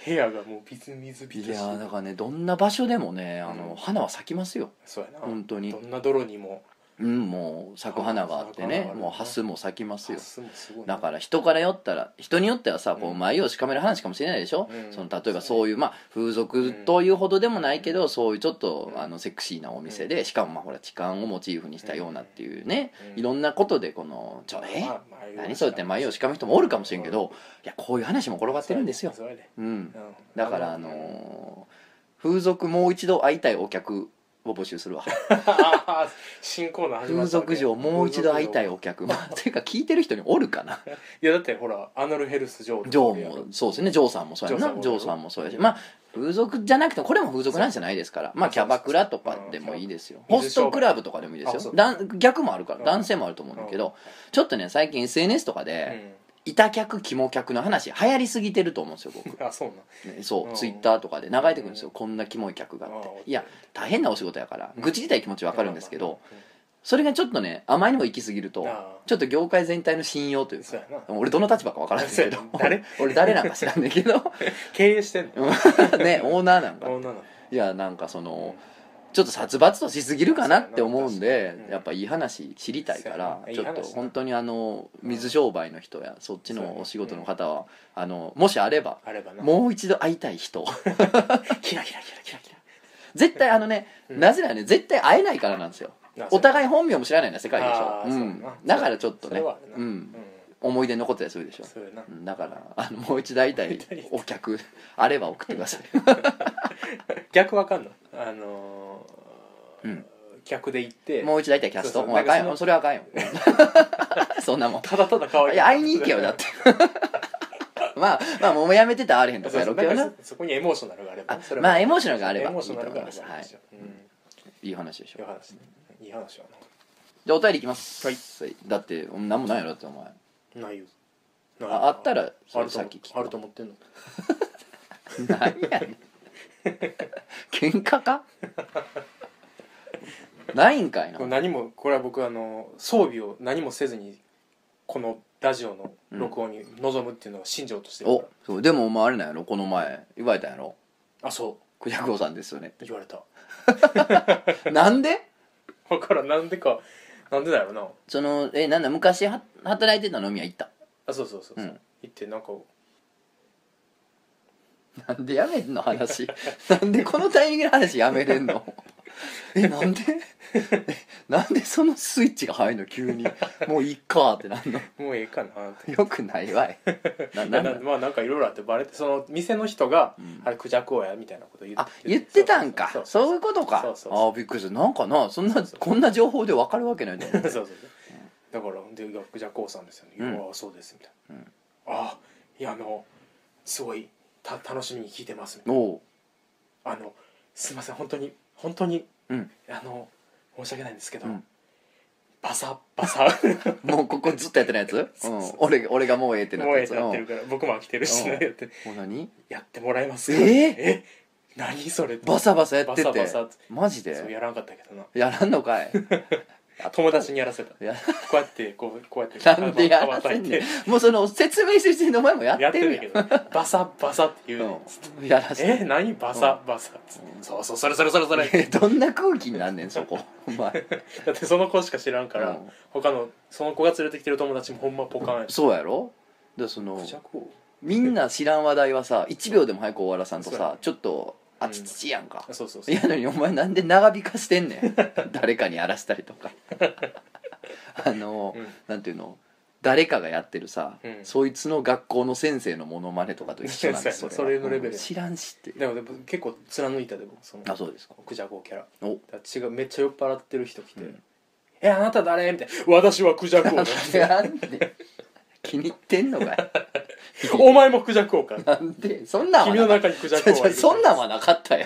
B: 部屋がもうビツビツビ
A: い
B: ツ
A: やーだからねどんな場所でもねあ
B: うん
A: の花は咲きますよ
B: そうやな
A: 本当に
B: どんな泥にも
A: うんもう咲く花があって
B: 咲く花があ
A: ね
B: るね
A: もうハスも咲きますよ
B: あすもすごい
A: だ
B: な
A: から人からよったら人によってはさこ
B: う
A: うん前をしかめる話かもしれないでしょ、
B: うん
A: その例えばそういう、まあ、風俗というほどでもないけど、そういうちょっと
B: うん
A: あのセクシーなお店で、しかもまあほら痴漢をモチーフにしたようなっていうね、
B: うん
A: いろんなことでこの「ちょえ、
B: まあまあ
A: 何そうやって前をしかめる人もおるかもしれんけど、いやこういう話も転がってるんですよ。
B: そうやね
A: うん
B: そうやねうん
A: だからあのー風俗もう一度会いたいお客を募集するわ
B: あー 新コーナー始ま
A: 風
B: ったわけ
A: 俗嬢もう一度会いたいお客まあていうか聞いてる人におるかない
B: やだってほらアナルヘルス嬢
A: ジョーもそうですねジョーさんもそうやな
B: ジ
A: ジ
B: ョ
A: ョ
B: ー
A: ー
B: さ
A: さ
B: ん
A: んもそうやしまあ風俗じゃなくてもこれも風俗なんじゃないですからまあキャバクラとかでもいいですよ
B: うん
A: ホストクラブとかでもいいで
B: あ
A: す
B: そ
A: よ
B: う
A: だん逆もあるか
B: うん
A: ら男性もあると思うんだけどちょっとね最近 SNS とかで
B: う
A: いた客キモ客の話流行りすぎてると思うんですよ僕
B: んあ そうなん
A: ね
B: う
A: そ
B: ん
A: うツイッターとかで流れてくるんですよこんなキモい客があっ
B: うん
A: ていや大変なお仕事やから
B: うん
A: 愚痴りたい気持ちわかるんですけど
B: うん
A: それがちょっとねあまりにも行き過ぎると
B: あー
A: ちょっと業界全体の信用という
B: そう
A: か
B: やな
A: 俺どの立場かわからんけど
B: そうや誰
A: 俺誰なんか知らんねんけど
B: 経営してんの
A: うんねオーナーなんか
B: 女なの
A: いやなんかそのちょっと殺伐としすぎるかなって思うんで
B: そうやな、うん
A: やっぱいい話知りたいから
B: そうや
A: ちょ
B: ない
A: っ
B: い
A: と
B: 話な
A: 本当にあの水商売の人やそっち
B: そうやな
A: のお仕事の方はあのもしあれば
B: あればな
A: もう一度会いたい人
B: キラキラキラキラキ
A: 絶対あのね、
B: うん
A: なぜならね絶対会えないからなんですよ
B: ラ
A: お互
B: い
A: い本名も知らないな世界でしょ
B: あ、ー
A: う
B: そ
A: ん
B: うやな、
A: だからちょっと
B: それ
A: ね
B: はあるな
A: うん、思い出残ってたりするでしょ
B: そうやな
A: うんだからあのもう一度会いたい
B: 会いたい
A: お客あれば送ってください
B: 逆わかんのあのー
A: うん
B: 逆で行って
A: もう一度会いたいキャス
B: そう
A: ト
B: そう
A: もうあかん
B: なんか
A: よそれはあかんよ そん なもん
B: ただただ可愛い
A: いや会いに行けよだって まあまあもうやめてたらあれへんとか
B: そう
A: やろ
B: そう
A: うけど
B: な
A: なん
B: かそそこにエモーショナルがあれば
A: あ
B: それは
A: まあエモーショナルがあれば
B: エモーショナルがあれば
A: いいと思います
B: いい
A: いい話でし
B: い
A: ょ
B: 話ねいい話は
A: じゃあお便りいきます
B: はい
A: だって何もないやろだってお前
B: なないよ
A: ああったらそ
B: あ
A: れ
B: ると
A: さ
B: 思
A: っき聞く
B: あると思ってんの
A: 何やねん喧嘩かないんかいな
B: 何もこれは僕あの装備を何もせずにこのラジオの録音に臨むっていうのを信条としてるか
A: おそうでもお前あれなんやろこの前言われたんやろ
B: らあそ
A: クジャクオさんですよね
B: う言われた
A: なんで
B: だからなんでかなんでだろうな
A: そのえなんだ昔は働いてた飲み屋行った
B: あそうそうそうそう、
A: うん
B: 行ってなんか
A: なんでやめんの話 なんでこのタイミングで話やめれんの えなんで えなんでそのスイッチが入るの急にもういっかってなんの
B: もうええかなって
A: よくないわいななん
B: な
A: だ
B: まあなん かいろいろあってバレてその店の人が、
A: うん
B: あれクジャク王やみたいなこと言って
A: あ言ってたんか
B: そ
A: そうう
B: そう
A: いうことか
B: そうそうそう
A: あびっくりしたなんかなそんなこんな情報で分かるわけないんだよね
B: そうそうそうだからでクジャク王さんですよね「
A: うん
B: うわそうです」みたいな
A: う
B: 「
A: ん
B: あいやあのすごいた楽しみに聞いてます」みたい
A: おう
B: なあのすいません本当に本当に
A: うん
B: あの申し訳ないんですけど、
A: うん
B: バサバ サ
A: もうここずっとやってないやつ、う、
B: そうそうん
A: 俺俺がもうええってなっ
B: も
A: た
B: うえ
A: や
B: えっ
A: つ
B: てなってるから僕も飽きてるしな
A: うん
B: やって
A: うんもう何
B: やってもらえます
A: ええ
B: え何それ
A: バサバサやってて
B: バサバサって
A: マジ
B: そう
A: で
B: やらんかったけどな
A: やらんのかい
B: 友達にやらせたこ
A: いや
B: うやってこうこうやって
A: なんでやらせんね
B: て
A: んもうその説明する時点でお前もや
B: や
A: っ
B: って
A: て
B: る
A: る
B: や
A: やん
B: けどバサバサって言うねんつっ
A: う
B: て
A: んやらせ
B: え何バサバサっつってそうそうそれそれそれそれ
A: えどんな空気になんねんそこお前
B: だってその子しか知らんか
A: う
B: ら
A: ん
B: 他のその子が連れてきてる友達もほんまポカンやし
A: そうやろでその
B: クジャク王
A: みんな知らん話題はさ1秒でも早く終わらさんと
B: そう
A: さちょっとあちちちやんか
B: あ、そうそう
A: い
B: そう
A: やのにお前なんで長引かしてんねん誰かにやらしたりとかあの、
B: うん
A: なんていうの誰かがやってるさ、
B: うん
A: そいつの学校の先生のモノマネとかと一緒なんです
B: そう
A: よ
B: やなそれのレベル
A: うん知らんしって
B: でもでも結構貫いたで僕その
A: あそうですか
B: クジャク王キャラ
A: お
B: だから違うめっちゃ酔っ払ってる人来て
A: うん
B: 「えあなた誰?」みたいな「私はクジャク王だ」
A: なんで気に入ってんのかい
B: お前もクジャク王か」
A: なんでそんなん
B: 君の中にクジャク王
A: じ
B: は
A: ゃ
B: いる
A: そんなんはなかったよ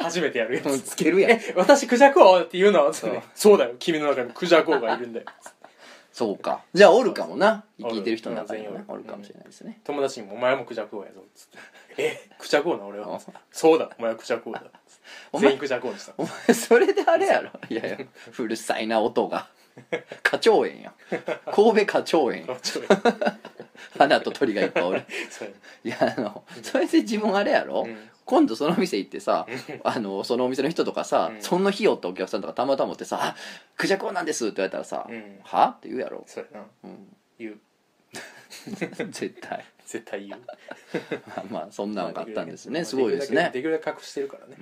B: 初めてやるや
A: もう
B: つ
A: つけるやん
B: え私クジャク王って言うのはそう
A: う
B: そうだよ君の中にクジャク王がいるんだよ
A: そうかじゃあおるかもな
B: そうそ
A: 聞
B: う
A: いてる人の中に
B: お
A: も
B: る
A: ね
B: お
A: お
B: る
A: るかもしれないですね
B: 友達にも「お前もクジャク王やぞ」つって「えクジャク王な俺
A: う
B: は
A: ん」
B: そうだお前はクジャク王だ」
A: お前
B: 全員クジャク王でした
A: お前それであれやろいやいやうるさいな音が花鳥園や神戸花鳥 園
B: あちょい
A: 花と鳥がいっぱいおる
B: そうや
A: いやあのそれで自分あれやろ、
B: うん
A: 今度その店行ってさあのそのお店の人とかさ、
B: うん
A: その日よってお客さんとかたまたまってさあ「クジャク王なんです」って言われたらさ「
B: うん
A: は?」って言うやろ、
B: そうやな
A: うん、
B: 言う
A: 絶対
B: 絶対言う
A: まあまあそんなのがあったんですね
B: まあ
A: すごいです
B: で
A: ね
B: きるだけ隠してるからね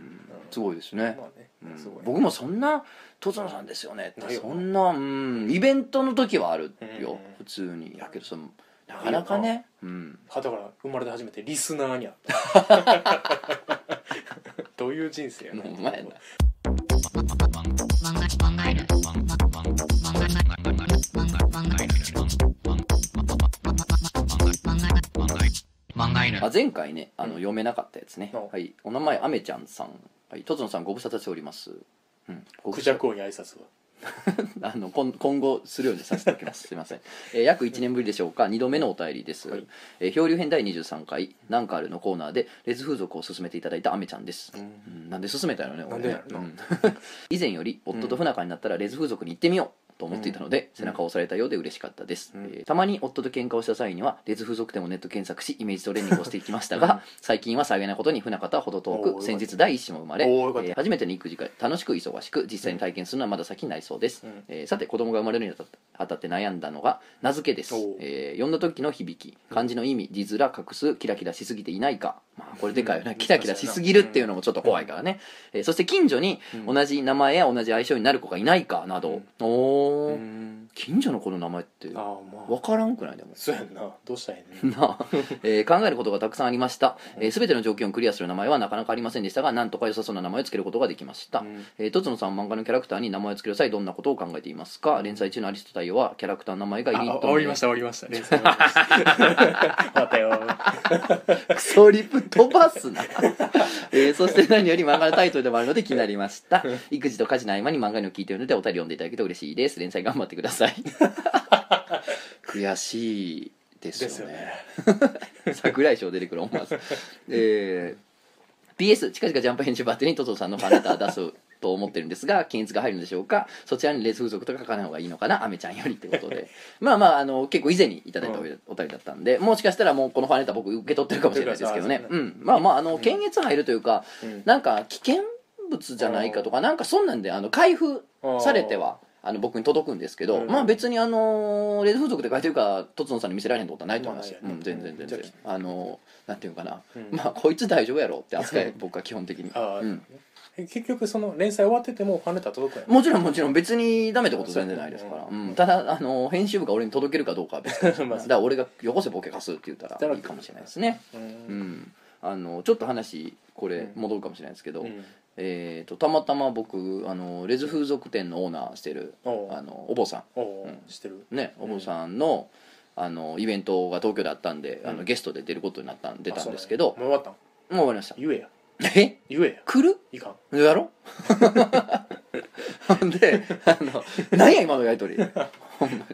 A: すごいです
B: うん
A: ね、
B: まあね
A: うん
B: すごい
A: 僕もそんな「とつのさんですよね」っ
B: ない
A: て
B: よ
A: そんな、うん、イベントの時はある
B: う
A: よ
B: ん
A: 普通にやけどそのなかなかねうん
B: はだから生まれて初めてリスナーに会った どういう人生や
A: お
B: な
A: 前やなあ前回ねあの
B: うん
A: 読めなかったやつね、
B: お
A: はい、お名前あめちゃんさん、はい、とつのさんご無沙汰しております、うん、ご
B: ク
A: 無
B: ジ
A: 沙
B: ャ
A: 汰
B: ク王に挨拶は
A: あの今今後するようにさせておきますすいません、えー約1年ぶりでしょうか2度目のお便りです、
B: はい
A: えー漂流編第23回「なんかある」のコーナーでレズ風俗を進めていただいたあめちゃんです、うんなんで進めたのね
B: なん
A: 俺
B: で
A: ね
B: やろ な
A: うん以前より夫と不仲になったらレズ風俗に行ってみようと思っていたので、背中を押されたようで嬉しかったです、
B: うん
A: えーたまに夫と喧嘩をした際にはレズ風俗でもネット検索しイメージトレーニングをしていきましたが、最近は幸いなことに船方はほど遠
B: おーよか
A: く
B: った
A: 先日第一子も生まれ、え
B: おーよかった
A: ー初めての育児が楽しく忙しく実際に体験するのはまだ先になりそうです、
B: うん
A: えーさて子供が生まれるにあたってあたって悩んだのが名付けです
B: おー、
A: えー呼んだ時の響き漢字の意味字面隠すキラキラしすぎていないか、まあ、これでかいよ
B: う
A: ね
B: ん
A: キラキラしすぎるっていうのもちょっと怖いからね、えーそして近所に
B: うん
A: 同じ名前や同じ相性になる子がいないかなど、お
B: う
A: ー
B: ん
A: 近所の子の名前って
B: ああ
A: 分
B: まあ
A: からんくないでも
B: そうやんなどうしたらいいの
A: なあ、えー考えることがたくさんありました、えー、全ての条件をクリアする名前はなかなかありませんでしたがなんとか良さそうな名前を付けることができました、
B: うん
A: えー、とつのさん漫画のキャラクターに名前を付ける際どんなことを考えていますか連載中のアリスト太陽はキャラクターの名前がユ
B: あ
A: ニッ
B: あ
A: ト
B: 終わりました終わりました連載終わりました終わったよ
A: たクソリプ飛ばすな、えー、そして何より漫画のタイトルでもあるので気になりました育児と家事の合間に漫画のを聞いているのでお便り読んでいただけると嬉しいです連載頑張ってくださ い悔しいです
B: で
A: よ
B: すよ
A: ね
B: ね
A: 桜井翔出てくる思 わずえー PS 近々ジャンプ編集バッテリーにトトさんのファンレター出すと思ってるんですが検閲が入るんでしょうかそちらにレズ風俗とか書かない方がいいのかなアメちゃんよりってこと でまあまああの結構以前にいただいたおお
B: う
A: 便りだったんでもしかしたらもうこのファンレター僕受け取ってるかもしれないですけどね
B: 受け
A: う
B: 取っ
A: んまあまああの検閲入るというか
B: うん
A: なんか危険物じゃないかとかなんかそんなんであの開封されてはあの僕に届くんですけど、
B: うん
A: まあ別にあのー冷蔵庫で書いてるからとつのさんに見せられへんってことはないと思いますよ、
B: まあないよ
A: うん、全
B: ね
A: 然全然
B: じゃ
A: あのーなんていうのかな、
B: うん
A: まあこいつ大丈夫やろって扱 い僕は基本的に、
B: ああ
A: うん、
B: え結局その連載終わっててもファンレター届くやん
A: もちろんもちろん別にダメってこと全然ないですから、うんただあのー編集部が俺に届けるかどうかは別か
B: まあ
A: だから俺が「よこせボケ貸す」って言ったらいいかもしれないですね、
B: う
A: うんん、あのちょっと話これ戻るかもしれないですけど、
B: うん
A: えー、とたまたま僕あのレズ風俗店のオーナーしてる
B: おう
A: あのお坊さん
B: おう
A: うん
B: してる
A: ね、
B: う
A: お
B: ん
A: 坊さんの,、あのイベントが東京であったんで、あ
B: う
A: の
B: ん
A: ゲストで出ることになったん出た
B: あそ
A: ん
B: う
A: ですけど、
B: なんやもう終わっ
A: もう終わりました
B: たん言えや
A: えっ
B: 言えや
A: 来る
B: いかん
A: や ろほんであの何や今のやり取りほんま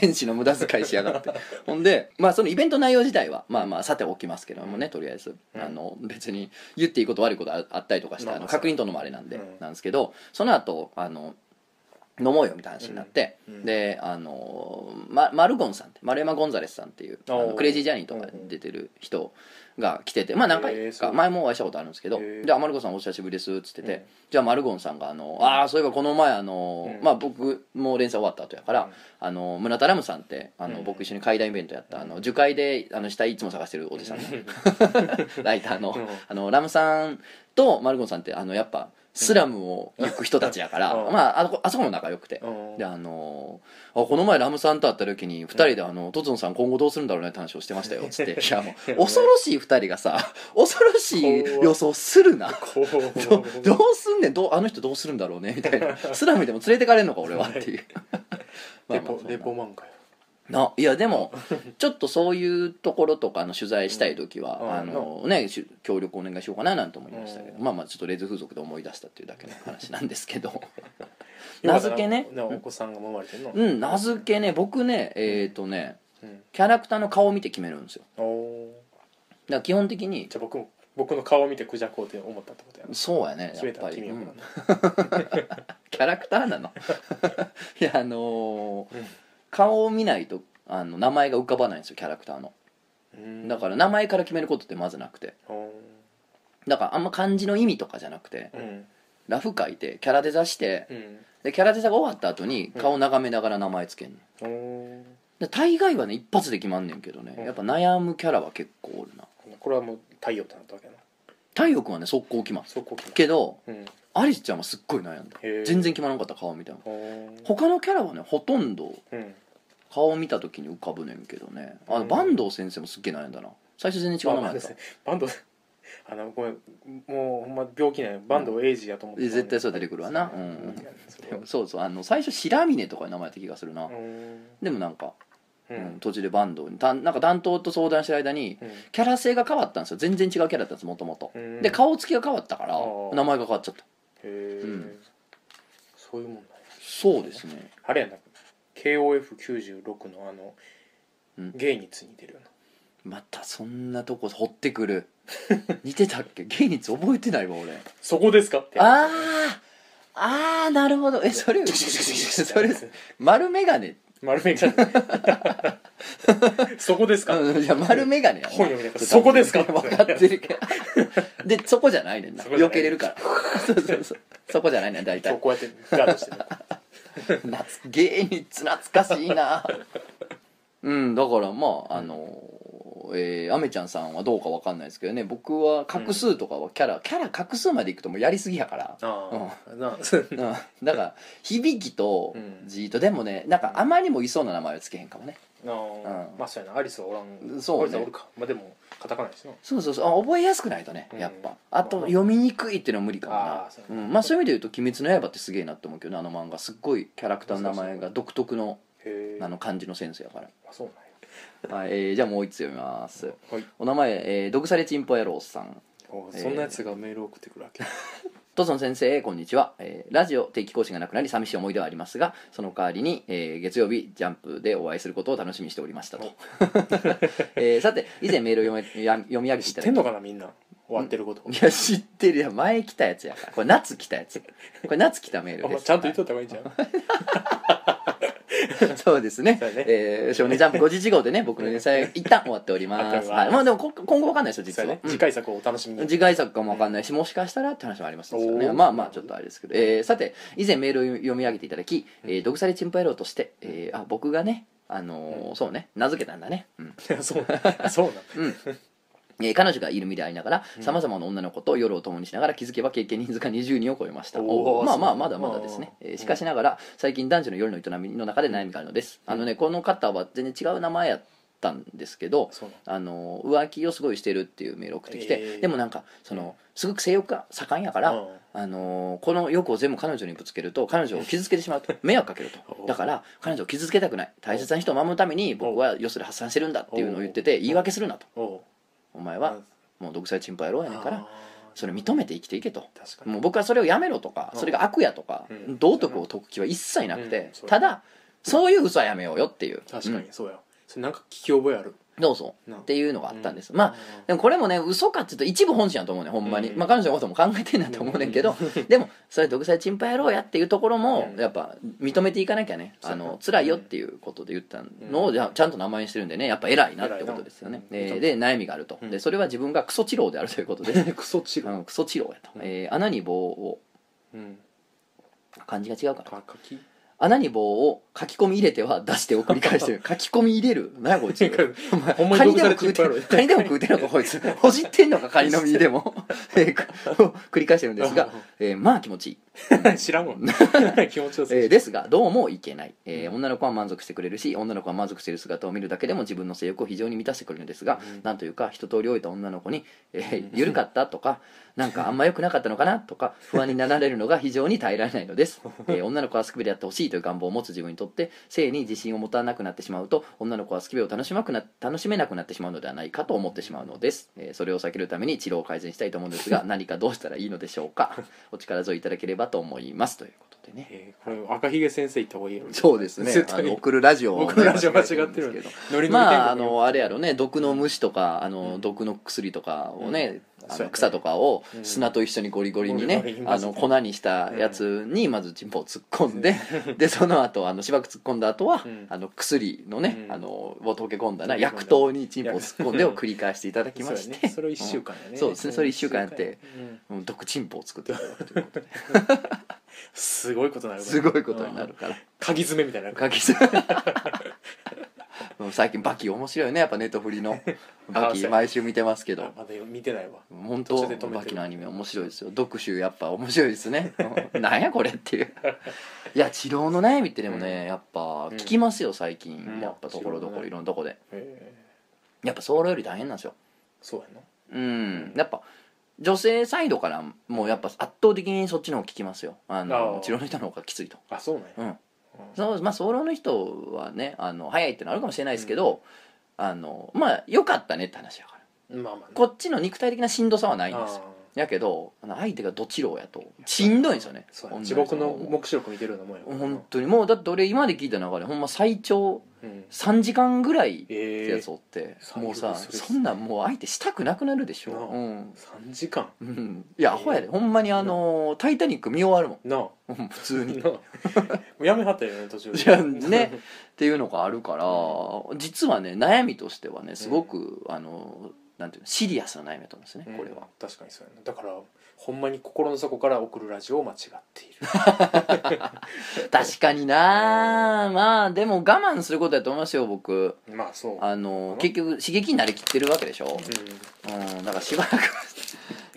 A: 電子の無駄遣いしやがってほんでまあそのイベント内容自体はまあまあさておきますけどもねとりあえず、
B: うん
A: あの別に言っていいこと悪いことああったりとかして、
B: まあ
A: あの
B: まあ
A: 確認とるのもあれなんで、
B: うん
A: なんですけどその後あの飲もうよみたいな話になって、
B: うんうん
A: であの、ま、マルゴンさんって丸山ゴンザレスさんっていうあの
B: おー
A: クレイジージャーニーとかで出てる人が来ててまあ何
B: へ
A: 回
B: ーすご
A: か
B: い
A: 前もお会いしたことあるんですけど
B: へ
A: 「
B: ー
A: じゃあマルゴンさんお久しぶりです」っつってて、
B: うん
A: じゃあマルゴンさんがあの「ああそういえばこの前あの、
B: うん
A: まあ、僕も連載終わった後やから、
B: うん
A: あの村田ラムさんってあの、
B: うん
A: 僕一緒に怪談イベントやったあの樹海であの死体いつも探してるおじさんね、 ライターの,、
B: うん
A: あのラムさんとマルゴンさんってあのやっぱスラムを行く人たちやから、
B: うん
A: まああそこあそこも仲良くて。
B: うん
A: であのあこの前ラムさんと会った時に2人であの「トツノさん今後どうするんだろうね」って話をしてましたよっつって いやもう恐ろしい2人がさ恐ろしい予想するな
B: こう
A: どどうすんねんどうあの人どうするんだろうねみたい なスラムでも連れてかれんのか俺はっていうまあまあ
B: レポ
A: そんな
B: レポ漫画よ
A: ないやでもちょっとそういうところとかの取材したい時は、
B: うん
A: あのね、し協力お願いしようかななんて思いましたけど、
B: うん
A: まあまあちょっとレズ風俗で思い出したっていうだけの話なんですけ ど
B: 今
A: 名付けね
B: だからお子さんが生まれてんの
A: うん名付けね僕ねえっ、とね
B: うん
A: キャラクターの顔を見て決めるんですよ
B: おお
A: だから基本的に
B: じゃあ僕も僕の顔を見てクジャこうって思ったってことやな
A: そうやねやっ
B: 決めた
A: ぱ
B: ら
A: り、
B: 君
A: う
B: はほ
A: ん
B: らな
A: キャラクターな の いやあのー
B: うん
A: 顔を見ないとあの名前が浮かばないんですよキャラクターの
B: うん
A: だから名前から決めることってまずなくて
B: おー
A: だからあんま漢字の意味とかじゃなくて
B: うん
A: ラフ書いてキャラデザして
B: うん
A: でキャラデザが終わった後に顔眺めながら名前つけんねん
B: おー
A: で大概はね一発で決まんねんけどね
B: うん
A: やっぱ悩むキャラは結構おるな
B: これはもう太陽ってなったわけやな
A: 太陽君はね速攻決まる
B: そこ決
A: けど
B: まる
A: アリスちゃんはすっごい悩んだ
B: へー
A: 全然決まらなかった顔みたいな
B: うんおー
A: 他のキャラはねほとんど
B: うん
A: 顔見た時に浮かぶねんけどねあの
B: うん
A: 坂東先生もすっげえ悩んだな最初全然違う名前やった
B: バンド あのごめんもうほんま病気なんよバンドエイジやと思って
A: え絶対そう出てくるわなうん
B: そ
A: で
B: う
A: もそうそうあの最初白峰とかいう名前やった気がするな、
B: うん
A: でもなんか、
B: う
A: うん
B: ん
A: 途中で坂東にたなんか担当と相談してる間にキャラ性が変わったんですよ全然違うキャラだったんですもともと
B: うん
A: で顔つきが変わったから
B: あー
A: 名前が変わっちゃった
B: へえ、
A: うん
B: そういうもんなんや
A: そうですね
B: あれやな KOF96 のあの、
A: うん
B: ゲイについてるよな
A: またそんなとこ掘ってく る似てたっけ芸人覚えてないわ俺
B: そこですかって
A: あああーなるほどえそれ
B: シュシュシュシュシュ
A: それ丸眼鏡
B: 丸 めが そこですか、
A: うんいや丸眼鏡やな
B: 本読みながらそこですか
A: 分かってるけどでそこじゃないねんな
B: そこじゃ
A: 避
B: ない
A: けれるからそうそうそうそこじゃないねん大
B: そう
A: 体
B: こうやってガードしてる
A: 懐芸人懐かしいなうんだからまああのえー、アメちゃんさんはどうかわかんないですけどね僕は画数とかはキャラ、キャラ画数までいくともうやりすぎやから
B: ああ、な
A: うんだから響きと
B: うん
A: じーとでもねなんかあまりにもいそうな名前はつけへんかもね
B: あ
A: うん
B: ーまあそうやなアリスはおらん
A: そうね
B: アリスはおるかまあでもカタカナですよ
A: そうそうそうあ覚えやすくないとねやっぱ、
B: うん
A: あと読みにくいっていうのは無理かもな
B: あーそううん
A: まあ、そういう意味で言うと「鬼滅の刃」ってすげえなって思うけどねあの漫画すっごいキャラクターの名前が独特の
B: へえ
A: あの漢字のセンスやから
B: あそうなんや
A: はい、えーじゃあもう一つ読みます
B: はい
A: お名前、えー、毒されチンポ野郎さん
B: おそんなやつがメールを送ってくる わけ
A: トソン先生こんにちは、えーラジオ定期更新がなくなり寂しい思いではありますがその代わりに、えー月曜日ジャンプでお会いすることを楽しみにしておりましたと、 えーさて以前メールを読めや読み上げて
B: 知
A: い
B: った
A: だ
B: て
A: き
B: んのかなみんな終わってること
A: いや知ってるや前来たやつやからこれ夏来たやつこれ夏来たメー
B: あ
A: ル
B: ん
A: で
B: ますちゃんと言っとった方がいいんじゃん
A: そうですね
B: そうだね
A: えー少年ジャンプ51号でね僕の連載一旦終わっており
B: 終わ
A: ま
B: っており
A: す、
B: ます
A: はい、まあでもこ今後わかんないですよ実
B: そう
A: は、
B: やね
A: うん
B: 次回作をお楽しみに
A: 次回作かもわかんないしもしかしたらって話もありますよ
B: お
A: ね
B: ー
A: まあまあちょっとあれですけど、えーさて以前メールを読み上げていただき「えー、毒されチンパ野郎」として、えーあ僕がねあのー
B: う
A: そうね名付けたんだね、うん
B: そうなんそうなん
A: えー彼女がいる身でありながらさまざまな女の子と夜を共にしながら気づけば経験人数が20人を超えました
B: おー
A: まあまあ
B: そう
A: まだまだですね、
B: うん
A: えーしかしながら最近男女の夜の営みの中で悩みがあるのです、あのねこの方は全然違う名前やったんですけど、
B: そうなん
A: あの浮気をすごいしてるっていうメールを送ってきて、
B: えー
A: でもなんかそのすごく性欲が盛んやから、
B: うん
A: あのこの欲を全部彼女にぶつけると彼女を傷つけてしまうと迷惑かけると
B: お
A: だから彼女を傷つけたくない大切な人を守るために僕は要するに発散してるんだっていうのを言ってて言い訳するなと
B: おう
A: お前はもう独裁チンパ野郎やねんからそれ認めて生きていけと
B: 確かに
A: もう僕はそれをやめろとか
B: うん
A: それが悪やとか
B: うん
A: 道徳を解く気は一切なくて
B: うんそう
A: ただそういう嘘はやめようよっていう
B: 確かに
A: うん
B: そうやそれなんか聞き覚えある
A: どうぞ
B: な
A: っていうのがあったんですまあでもこれもね嘘かって言うと一部本心やと思うねんほんまに、
B: うん
A: まあ、彼女のことも考えてんだと思うねんけど、 でもそれ独裁チンパ野郎やっていうところも
B: うん
A: やっぱ認めていかなきゃね、
B: そう
A: あの辛いよっていうことで言ったの
B: う
A: を
B: ん
A: じゃちゃんと名前にしてるんでねやっぱ偉いなってことですよね、
B: 偉いな
A: え
B: う
A: ー
B: ん
A: で悩みがあると、
B: うん
A: でそれは自分がクソ治療であるということ です
B: うんクソチ
A: あ
B: ル
A: のクソ治療やと、
B: うん
A: えー穴に棒を
B: うん
A: 漢字が違うか な
B: かかき
A: 穴に棒を書き込み入れては出してを繰り 返してる書き込み入れる何やこいつお前
B: ほんま
A: カ
B: に
A: ニ
B: 毒
A: で
B: さ
A: も
B: れ
A: 食
B: て
A: うるカ
B: いってぱいある
A: ニでも食うてるのかこいつほじってんのかカニの身でも、 えーく繰り返してるんですが、えーまあ気持ちいい、
B: 知らんわ 気持ちよさ
A: えーですがどうもいけない、えー女の子は満足してくれるし女の子は満足している姿を見るだけでも自分の性欲を非常に満たしてくれるのですが、
B: うん
A: なんというか一通り終えた女の子に「えー、緩かった?」とか「 なんかあんま良くなかったのかな?」とか不安になられるのが非常に耐えられないのです、 えー女の子はスケベでやってほしいという願望を持つ自分にとって性に自信を持たなくなってしまうと女の子はスケベを楽しまくな楽しめなくなってしまうのではないかと思ってしまうのです、えーそれを避けるために治療を改善したいと思うんです が何かどうしたらいいのでしょうかお力添えいただければと思いますということでね
B: えーこれ赤ひげ先生行った方がいいよ
A: そうです ね
B: 絶
A: あ
B: 対
A: の送るラジオをね
B: 僕のラジオ間違ってるん
A: 間違えてるんで
B: です
A: けど
B: ノリノリ
A: まああ
B: 天国
A: のあれやろね毒の虫とかあの、
B: うん
A: 毒の薬とかをね、
B: うん
A: あ
B: そう
A: の
B: やね
A: 草とかを
B: うん
A: 砂と一緒にゴリゴリにね
B: ゴリゴリ、に
A: あ
B: 混ぜて
A: の粉にしたやつにまずチンポを突っ込んで、 でその後あのしばく突っ込んだ後は、
B: うん
A: あの薬のね、
B: うん
A: あのを溶け込んだな
B: 溶け込んだ
A: 薬湯にチンポを突っ込んでを繰り返していただきまし
B: そうや
A: て
B: ねそれを一週間や
A: うん
B: ね
A: そうですねそれ一週間やって
B: うん
A: うん毒チンポを作っていただく ということです
B: ごいことになる
A: すごいことになるから。
B: 鍵詰めみたいになる
A: かきさもう 最近バキ面白いねやっぱネットフリ のバ
B: あそう
A: キ
B: や
A: 毎週見てますけど
B: あまだ見てないわ
A: 本
B: 途
A: 当
B: 中で止めてる
A: バキのアニメ面白いですよ読集やっぱ面白いですね うんなんやこれっていういや治療の悩みってでもね、やっぱ聞きますよ最近、
B: うん
A: やっぱところどこ
B: 治療の
A: ろ
B: ね
A: いろんなとこで
B: えー
A: やっぱそれより大変なんですよ
B: そうやな
A: うん、
B: うん
A: やっぱ女性サイドからもうやっぱ圧倒的にそっちの方聞きますよあの
B: あー
A: 治療の人の方がきついと
B: あそうなんや
A: うん
B: うん
A: そうまあソロの人はねあの早いってのはあるかもしれないですけど、あのまあ良かったねって話やから
B: まあまあ
A: こっちの肉体的なしんどさはないんですよ
B: あ
A: やけどあの相手がどちろうやとしんどいんですよね
B: ーそう
A: 女
B: やな
A: の
B: 地
A: 人
B: 獄の
A: も
B: 黙示録見てるようなもんやからな
A: 本当にもうだって俺今まで聞いた中でほんま最長
B: うん
A: 3時間ぐらいってや
B: ええ
A: つおって、
B: 最悪
A: もうさ
B: それ
A: そんなんもう相手したくなくなるでしょ、
B: なあ
A: うん
B: 3時間
A: うん、いやアホやでほんまにあのータイタニック」見終わるも
B: なあ
A: ん うん普通にっ
B: なあ もうやめはったよね途中で
A: いやねていうのがあるから実はね悩みとしてはねすごく、あのなんていうのシリアスな悩みだと思うんですね、
B: うん
A: これは
B: 確かにそうやなだからほんまに心の底から送るラジオを間違っている
A: 確かになまあでも我慢することだと思いますよ僕
B: まあそう
A: あの結局刺激になりきってるわけでしょ、
B: う
A: うん、だからしばらく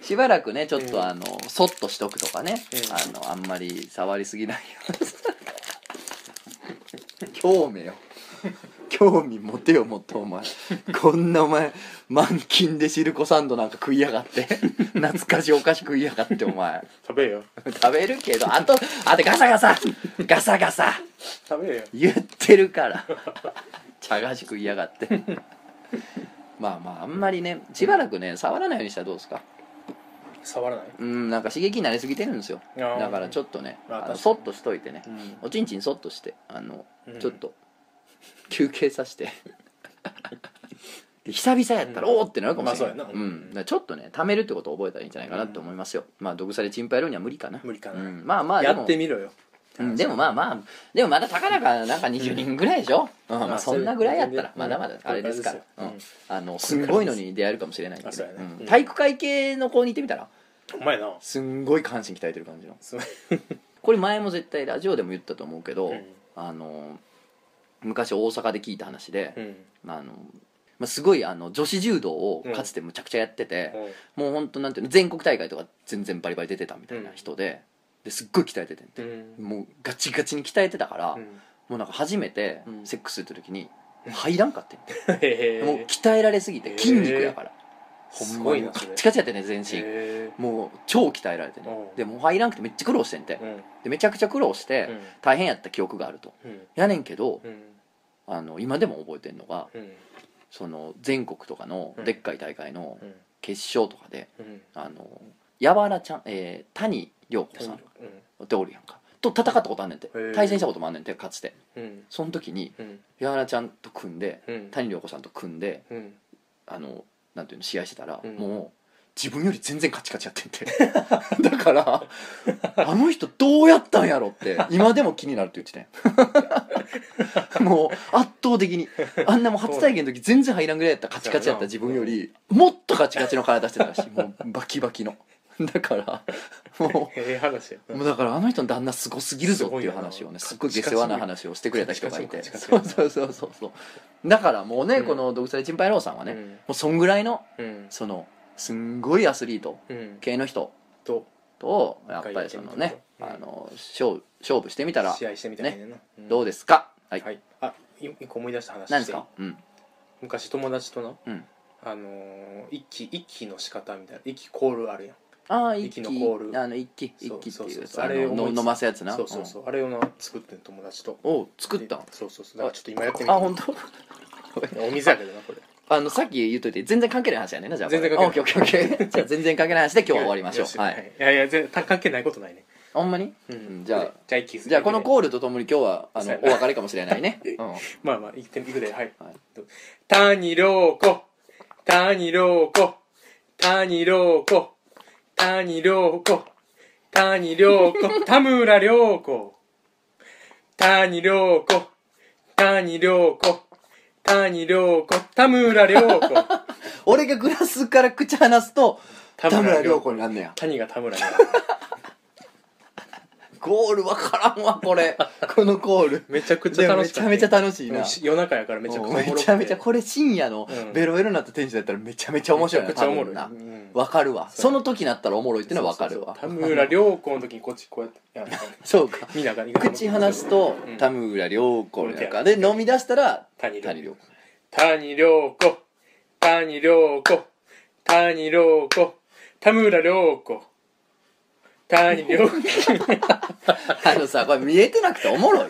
A: しばらく ねちょっ
B: うん
A: とあの、そっとしとくとかね、
B: うん
A: あのあんまり触りすぎないように 興味よ興味持てよもっとお前こんなお前満勤でシルコサンドなんか食いやがって 懐かしいお菓子食いやがってお前
B: ん食べよ
A: 食べるけどあとあとガサガサガサガサ
B: 食べよ
A: 言ってるから茶菓子食いやがってまあまああんまりねしばらくね触らないようにしたらどうですか
B: 触らない
A: うんなんか刺激になりすぎてるんですよ
B: あー
A: だからちょっとねあ
B: あ確か
A: の
B: に
A: そっとしといてね
B: うん
A: おちんちんそっとしてあの、
B: うん
A: ちょっと休憩させてで久々やったら、
B: うん
A: おおってなるかもしれない、
B: まあそうや
A: う、
B: なん
A: だからちょっとね貯めるってことを覚えたらいいんじゃないかなって思いますよ、まあ毒されチンパやるには無理かな
B: 無理かな
A: うん、まあまあで
B: や
A: も
B: ってみろよ
A: うん、でもまあまあでもまだたかだかなんか20人ぐらいでしょ、うんまあ、そんなぐらいやったらま
B: まあ
A: だまだあれですから、う
B: うんん
A: あのすんごいのに出会えるかもしれないんで、
B: あそうやね
A: うん
B: うん
A: 体育会系の子に行ってみたら
B: お前な
A: すんごい関心鍛えてる感じの
B: すごい
A: これ前も絶対ラジオでも言ったと思うけど、
B: うん
A: あの昔大阪で聞いた話で、
B: うん
A: あのまあ、すごいあの女子柔道をかつてむちゃくちゃやってて、
B: うん
A: もう本当なんていうの全国大会とか全然バリバリ出てたみたいな人で,、ですっごい鍛えててんて、
B: うん
A: もうガチガチに鍛えてたから、
B: うん
A: もうなんか初めて
B: うん
A: セックスする時に入らんかってんて、
B: へえ
A: もう鍛えられすぎて筋肉やから、ほんますに
B: ごい
A: もう
B: な
A: カ
B: それ
A: ッチカチやってね全身、
B: へ
A: もう超鍛えられてね
B: うん
A: でもう入らんくてめっちゃ苦労してんて、
B: えうん
A: でめちゃくちゃ苦労して、
B: うん
A: 大変やった記憶があると
B: うん
A: やねんけど、
B: うん
A: あの今でも覚えてんのが
B: うん
A: その全国とかの
B: うん
A: でっかい大会の
B: うん
A: 決勝とかで、
B: うん
A: あのやわらちゃん、えー谷涼子さん
B: うん
A: っておるやんかと戦ったことあんねんて
B: ー
A: 対戦したこともあんねんてかつて
B: うん
A: その時に
B: うん
A: やわらちゃんと組んで
B: うん
A: 谷涼子さんと組んで
B: うん
A: あのなんていうの試合してたら、
B: うん
A: もう自分より全然カチカチやってんてだからあの人どうやったんやろって今でも気になるって言ってたんやもう圧倒的にあんなもう初体験の時全然入らんぐらいやったカチカチやった自分よりもっとカチカチの体してたらしいもうバキバキのだからも
B: へえ話や
A: うもうだからあの人の旦那すごすぎるぞっていう
B: すごいよな
A: 話をねす
B: カ
A: っ
B: チ
A: ご
B: カ
A: い下世
B: チ
A: 話な話をしてくれた人がいて
B: カチカチ
A: そうそうそうそうそうだからもうね、
B: うん
A: この「独裁チンパイローさん」はね、
B: う
A: も
B: ん
A: うそんぐらいの
B: うん
A: そのすんごいアスリート
B: うん
A: 系の人
B: と
A: とやっぱりそのね、
B: うん
A: あの勝勝負してみたら
B: 試合してみたいねんなうん
A: どうですかはい、
B: はいあい一個思い出した話してい
A: 何で
B: い
A: すかうん
B: 昔友達とな
A: うん
B: あのー一気一気の仕方みたいな一気コールあるやん
A: ああ一気
B: 息のコール
A: あの一気一
B: そう
A: 気って
B: そう
A: いう
B: そう
A: やつ
B: あ
A: あ
B: れ
A: の
B: 思いつ
A: の飲ませやつな
B: そうそうそううあれをな作ってん友達と
A: んおう作ったん
B: でそうそうそうだからちょっと今やってみ
A: あ
B: て
A: 本当
B: お水やけどなこれ
A: あのさっき言っといて全然関係ない話やねんなじゃあ
B: 全然関係
A: ないオッケーオッケーオッ ケーじゃあ全然関係ない話で今日は終わりましょ
B: よ
A: うはい、
B: いやいや全然関係ないことないね
A: ほんまに、
B: うん
A: うんじゃあ
B: じゃあ一気
A: じゃあこの
B: ール
A: コールとともに今日はあ
B: そ
A: の
B: うや
A: お
B: な
A: 別れかもしれない ね、うん
B: まあまあいっていくではい
A: はい
B: 谷涼子谷涼子谷涼子谷涼子谷涼子田村涼子谷涼子谷涼子谷涼子田村涼子
A: 俺がグラスから口離すと
B: 田
A: 田
B: 村
A: 村
B: 涼
A: 涼
B: 子
A: 子になんねや
B: 谷が田村涼
A: ゴールわからんわこれこのコール
B: 子めちゃくちゃ楽しかった
A: でもめちゃめちゃ楽しいな
B: うん夜中やからめちゃくちゃおもろくて
A: めちゃめちゃこれ深夜の
B: うん
A: ベロベロになったテンションやったらめちゃめちゃ面白いな
B: めちゃくちゃおもろい
A: 多分な
B: うん
A: わかるわその時になったらおもろいってのはわかるわ
B: そうそうそう田村涼子の時にこっちこうやってや るから
A: そうか
B: みんなが
A: 口離すと
B: うん
A: 田村涼子になるからで飲み出したら
B: 谷涼子
A: 谷涼子
B: 谷涼子谷涼子谷涼子田村涼子谷涼子
A: あのさこれ見えてなくておもろい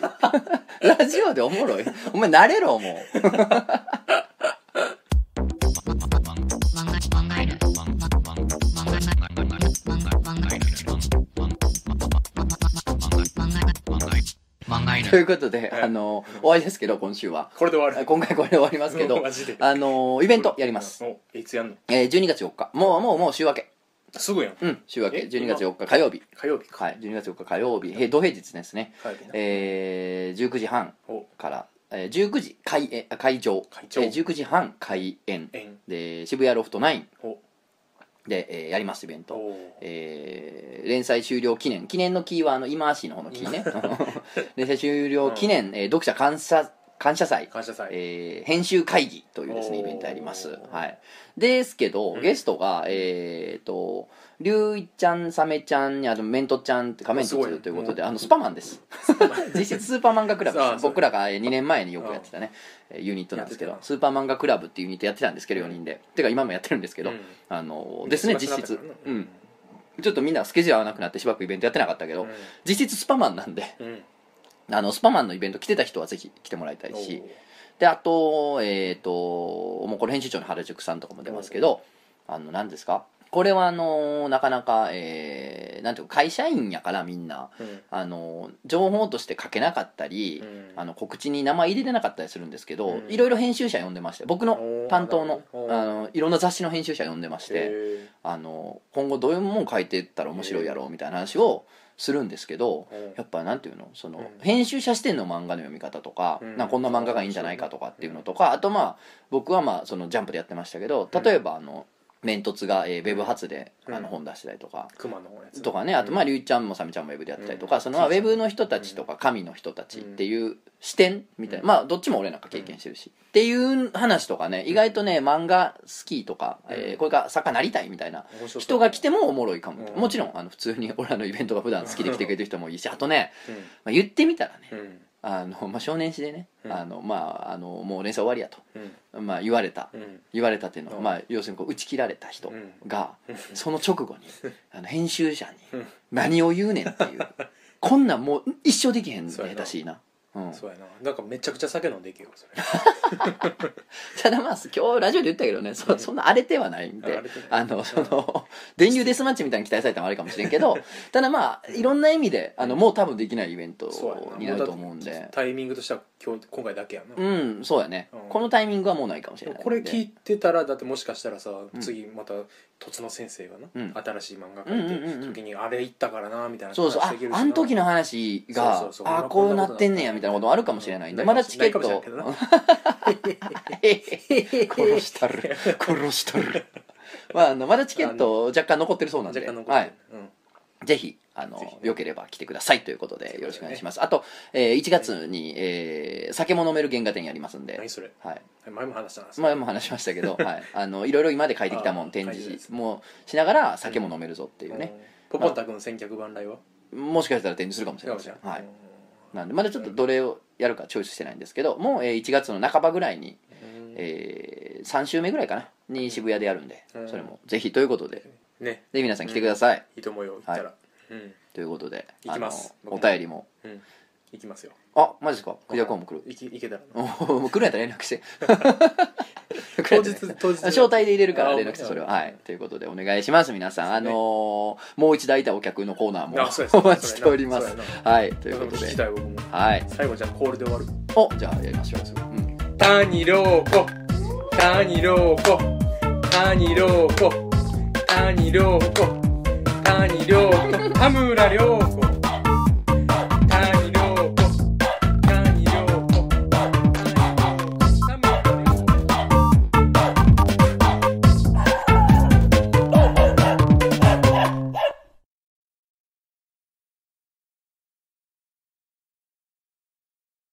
A: ラジオでおもろいお前慣れろもう
C: 考える
A: ということで、
B: はい
A: あの終わりですけど今週 は
B: これで終わる
A: 今回これで終わりますけ ど
B: マジで
A: あのイベントやります、
B: おいつやんの
A: えー、12月4日もうもうもう週明け
B: すぐやん
A: うん週明け
B: え
A: 12月4日火曜日
B: 火曜日か
A: はい12月4日火曜日へ土平日ですね
B: 火曜日な
A: えー、19時半
B: お
A: から、えー、19時開演あ会場
B: 会場
A: えー、19時半開演
B: えん
A: で渋谷ロフト9
B: お
A: で、えーやりますイベント
B: お
A: えー連載終了記念記念のキーはあの今足の方のキーね 連載終了記念、えー読者感謝感謝祭、
B: 感謝祭
A: えー編集会議というですね
B: おー
A: イベントやります、はい、ですけど、
B: うん
A: ゲストがえー、と龍一ちゃんサメちゃんにあとメントちゃんって仮面
B: すごい
A: 凸ということで
B: もう
A: あのスパマンです実質スーパーマンガクラブで
B: ああ
A: す
B: そう
A: 僕らがえー2年前によくやってたねえーユニットなんですけ
B: や
A: ど
B: ってた
A: スーパーマンガクラブっていうユニットやってたんですけど
B: うん
A: 4人で、てか今もやってるんですけど、
B: うん
A: あの ですね実質う
B: うん
A: んちょっとみんなスケジュール合わなくなってしばらくイベントやってなかったけど、実質スパマンなんで
B: うん
A: あのスパマンのイベント来てた人はぜひ来てもらいたいしであとえっ、ともうこれ編集長の原宿さんとかも出ますけどあの何ですかこれはあのなかなか、えーなんていうか会社員やからみんな
B: うん
A: あの情報として書けなかったり、
B: うん
A: あの告知に名前入れてなかったりするんですけど、
B: うん
A: いろいろ編集者呼んでまして僕の担当の
B: おーな
A: あ
B: る
A: のいろんな雑誌の編集者呼んでまして。
B: へ
A: あの今後どういうもん書いていったら面白いやろうみたいな話をするんですけど
B: え
A: やっぱなんていうのその、
B: うん
A: 編集者視点の漫画の読み方とか,、
B: うん
A: なんかこんな漫画がいいんじゃないかとかっていうのとか、あとまあ僕はまあそのジャンプでやってましたけど例えばあの、メントツが、えー、ウェブ発で、
B: うん
A: あの本出してたりとか。
B: 熊のやつ
A: とかね、あとまありゅうちゃんもさみちゃんもウェブでやってたりとか、
B: うん
A: そのまあウェブの人たちとか神の人たちっていう視点みたいな、
B: うん
A: まあどっちも俺なんか経験してるし、っていう話とかね意外とね漫画好きとか、えーこれから作家なりたいみたいな
B: 面白そう
A: 人が来てもおもろいかも、
B: うん
A: もちろんあの普通に 俺らのイベントが普段好きで来てくれてる人も いいしあとね、
B: うん
A: まあ、言ってみたらね
B: うん
A: あの、まあ、少年誌でね、
B: うん
A: あのまあ、あのもう連載終わりや
B: うん
A: と、まあ、言われた
B: うん
A: 言われたっていうのは、
B: うん
A: まあ、要するにこう打ち切られた人
B: うん
A: が、その直後にあの編集者
B: う
A: に
B: ん
A: 「何を言うねん」っていう こんなんもう一生できへんね
B: そうやな
A: だしな。うん、
B: そうやななんかめちゃくちゃ酒飲んでいけよそれ
A: ただまあ今日ラジオで言ったけどねそそんな荒れてはないんで
B: 荒れてない
A: あのその電流デスマッチみたいに期待されたのもあるかもしれんけどただまあいろんな意味であのもう多分できないイベント
B: そうやな
A: になると思うん
B: もうだっ
A: で
B: てタイミングとしては今日今回だけやな
A: うんそうやね
B: うん
A: このタイミングはもうないかもし
B: で
A: れ
B: も
A: ない
B: これ聞いてたらだってもしかしたらさ、
A: ん
B: 次またとつの先生がな、
A: うん
B: 新しい漫画描い
A: うんうんうんう
B: て
A: ん
B: 時にあれ行ったからなみたいな
A: そうそうあ
B: できるしな
A: あの時の話が
B: そうそうそう
A: あこうなってんねやみたいなこともあるかもしれないんで、
B: うん
A: まだチケット
B: ないかも
A: 殺したる殺したるまああのまだチケット若干残ってるそうなん
B: 若
A: で
B: 干残ってる、
A: はい
B: うん
A: ぜひあの
B: ぜひね
A: よければ来てくださいということで
B: うことでね
A: よろしくお願いしますあと、えー1月に、えー酒も飲める原画展やりますんで、
B: 何それ
A: はい、
B: 前も話したなそれ
A: 前も話しましたけ ど、はい、あのいろいろ今まで書いてきたも
B: あ
A: ん
B: ー
A: 展
B: 書いてるや
A: 示
B: つ
A: もしながら酒も飲めるぞっていうね、
B: うんポポッタ君千客万来は
A: もしかしたら展示するかもしれ
B: か
A: ま
B: もし
A: せ
B: れ
A: ん
B: ない、
A: はい、なんでまだちょっとどれをやるかチョイスしてないんですけどもう、えー1月の半ばぐらいに、
B: うん
A: えー3週目ぐらいかなに渋谷でやるんで、
B: うん
A: それもぜひということで
B: ね
A: ぜひ皆さん来てください、
B: いいと思うよ行ったら、うん
A: ということで
B: 行きます
A: あのお
B: 僕も
A: 便りも
B: うん行きますよ
A: あマジですかクジャコウも来る
B: 行き行けたらな
A: おもう来るんやったら連絡 して
B: 当日当日
A: 招待で入れるから連絡して
B: あ
A: それははいということでお願いします皆さんあのーもう一度会いたいお客のコーナーも
B: あそうです
A: お
B: ね
A: 待ちしておりま
B: そ
A: す
B: うやな
A: はいということ
B: 聞き
A: で
B: たい僕も
A: はい
B: 最後じゃあコールで終わる
A: おじゃあやりましょううん
B: 谷陽子谷陽子谷陽子谷陽子谷陽子田村良子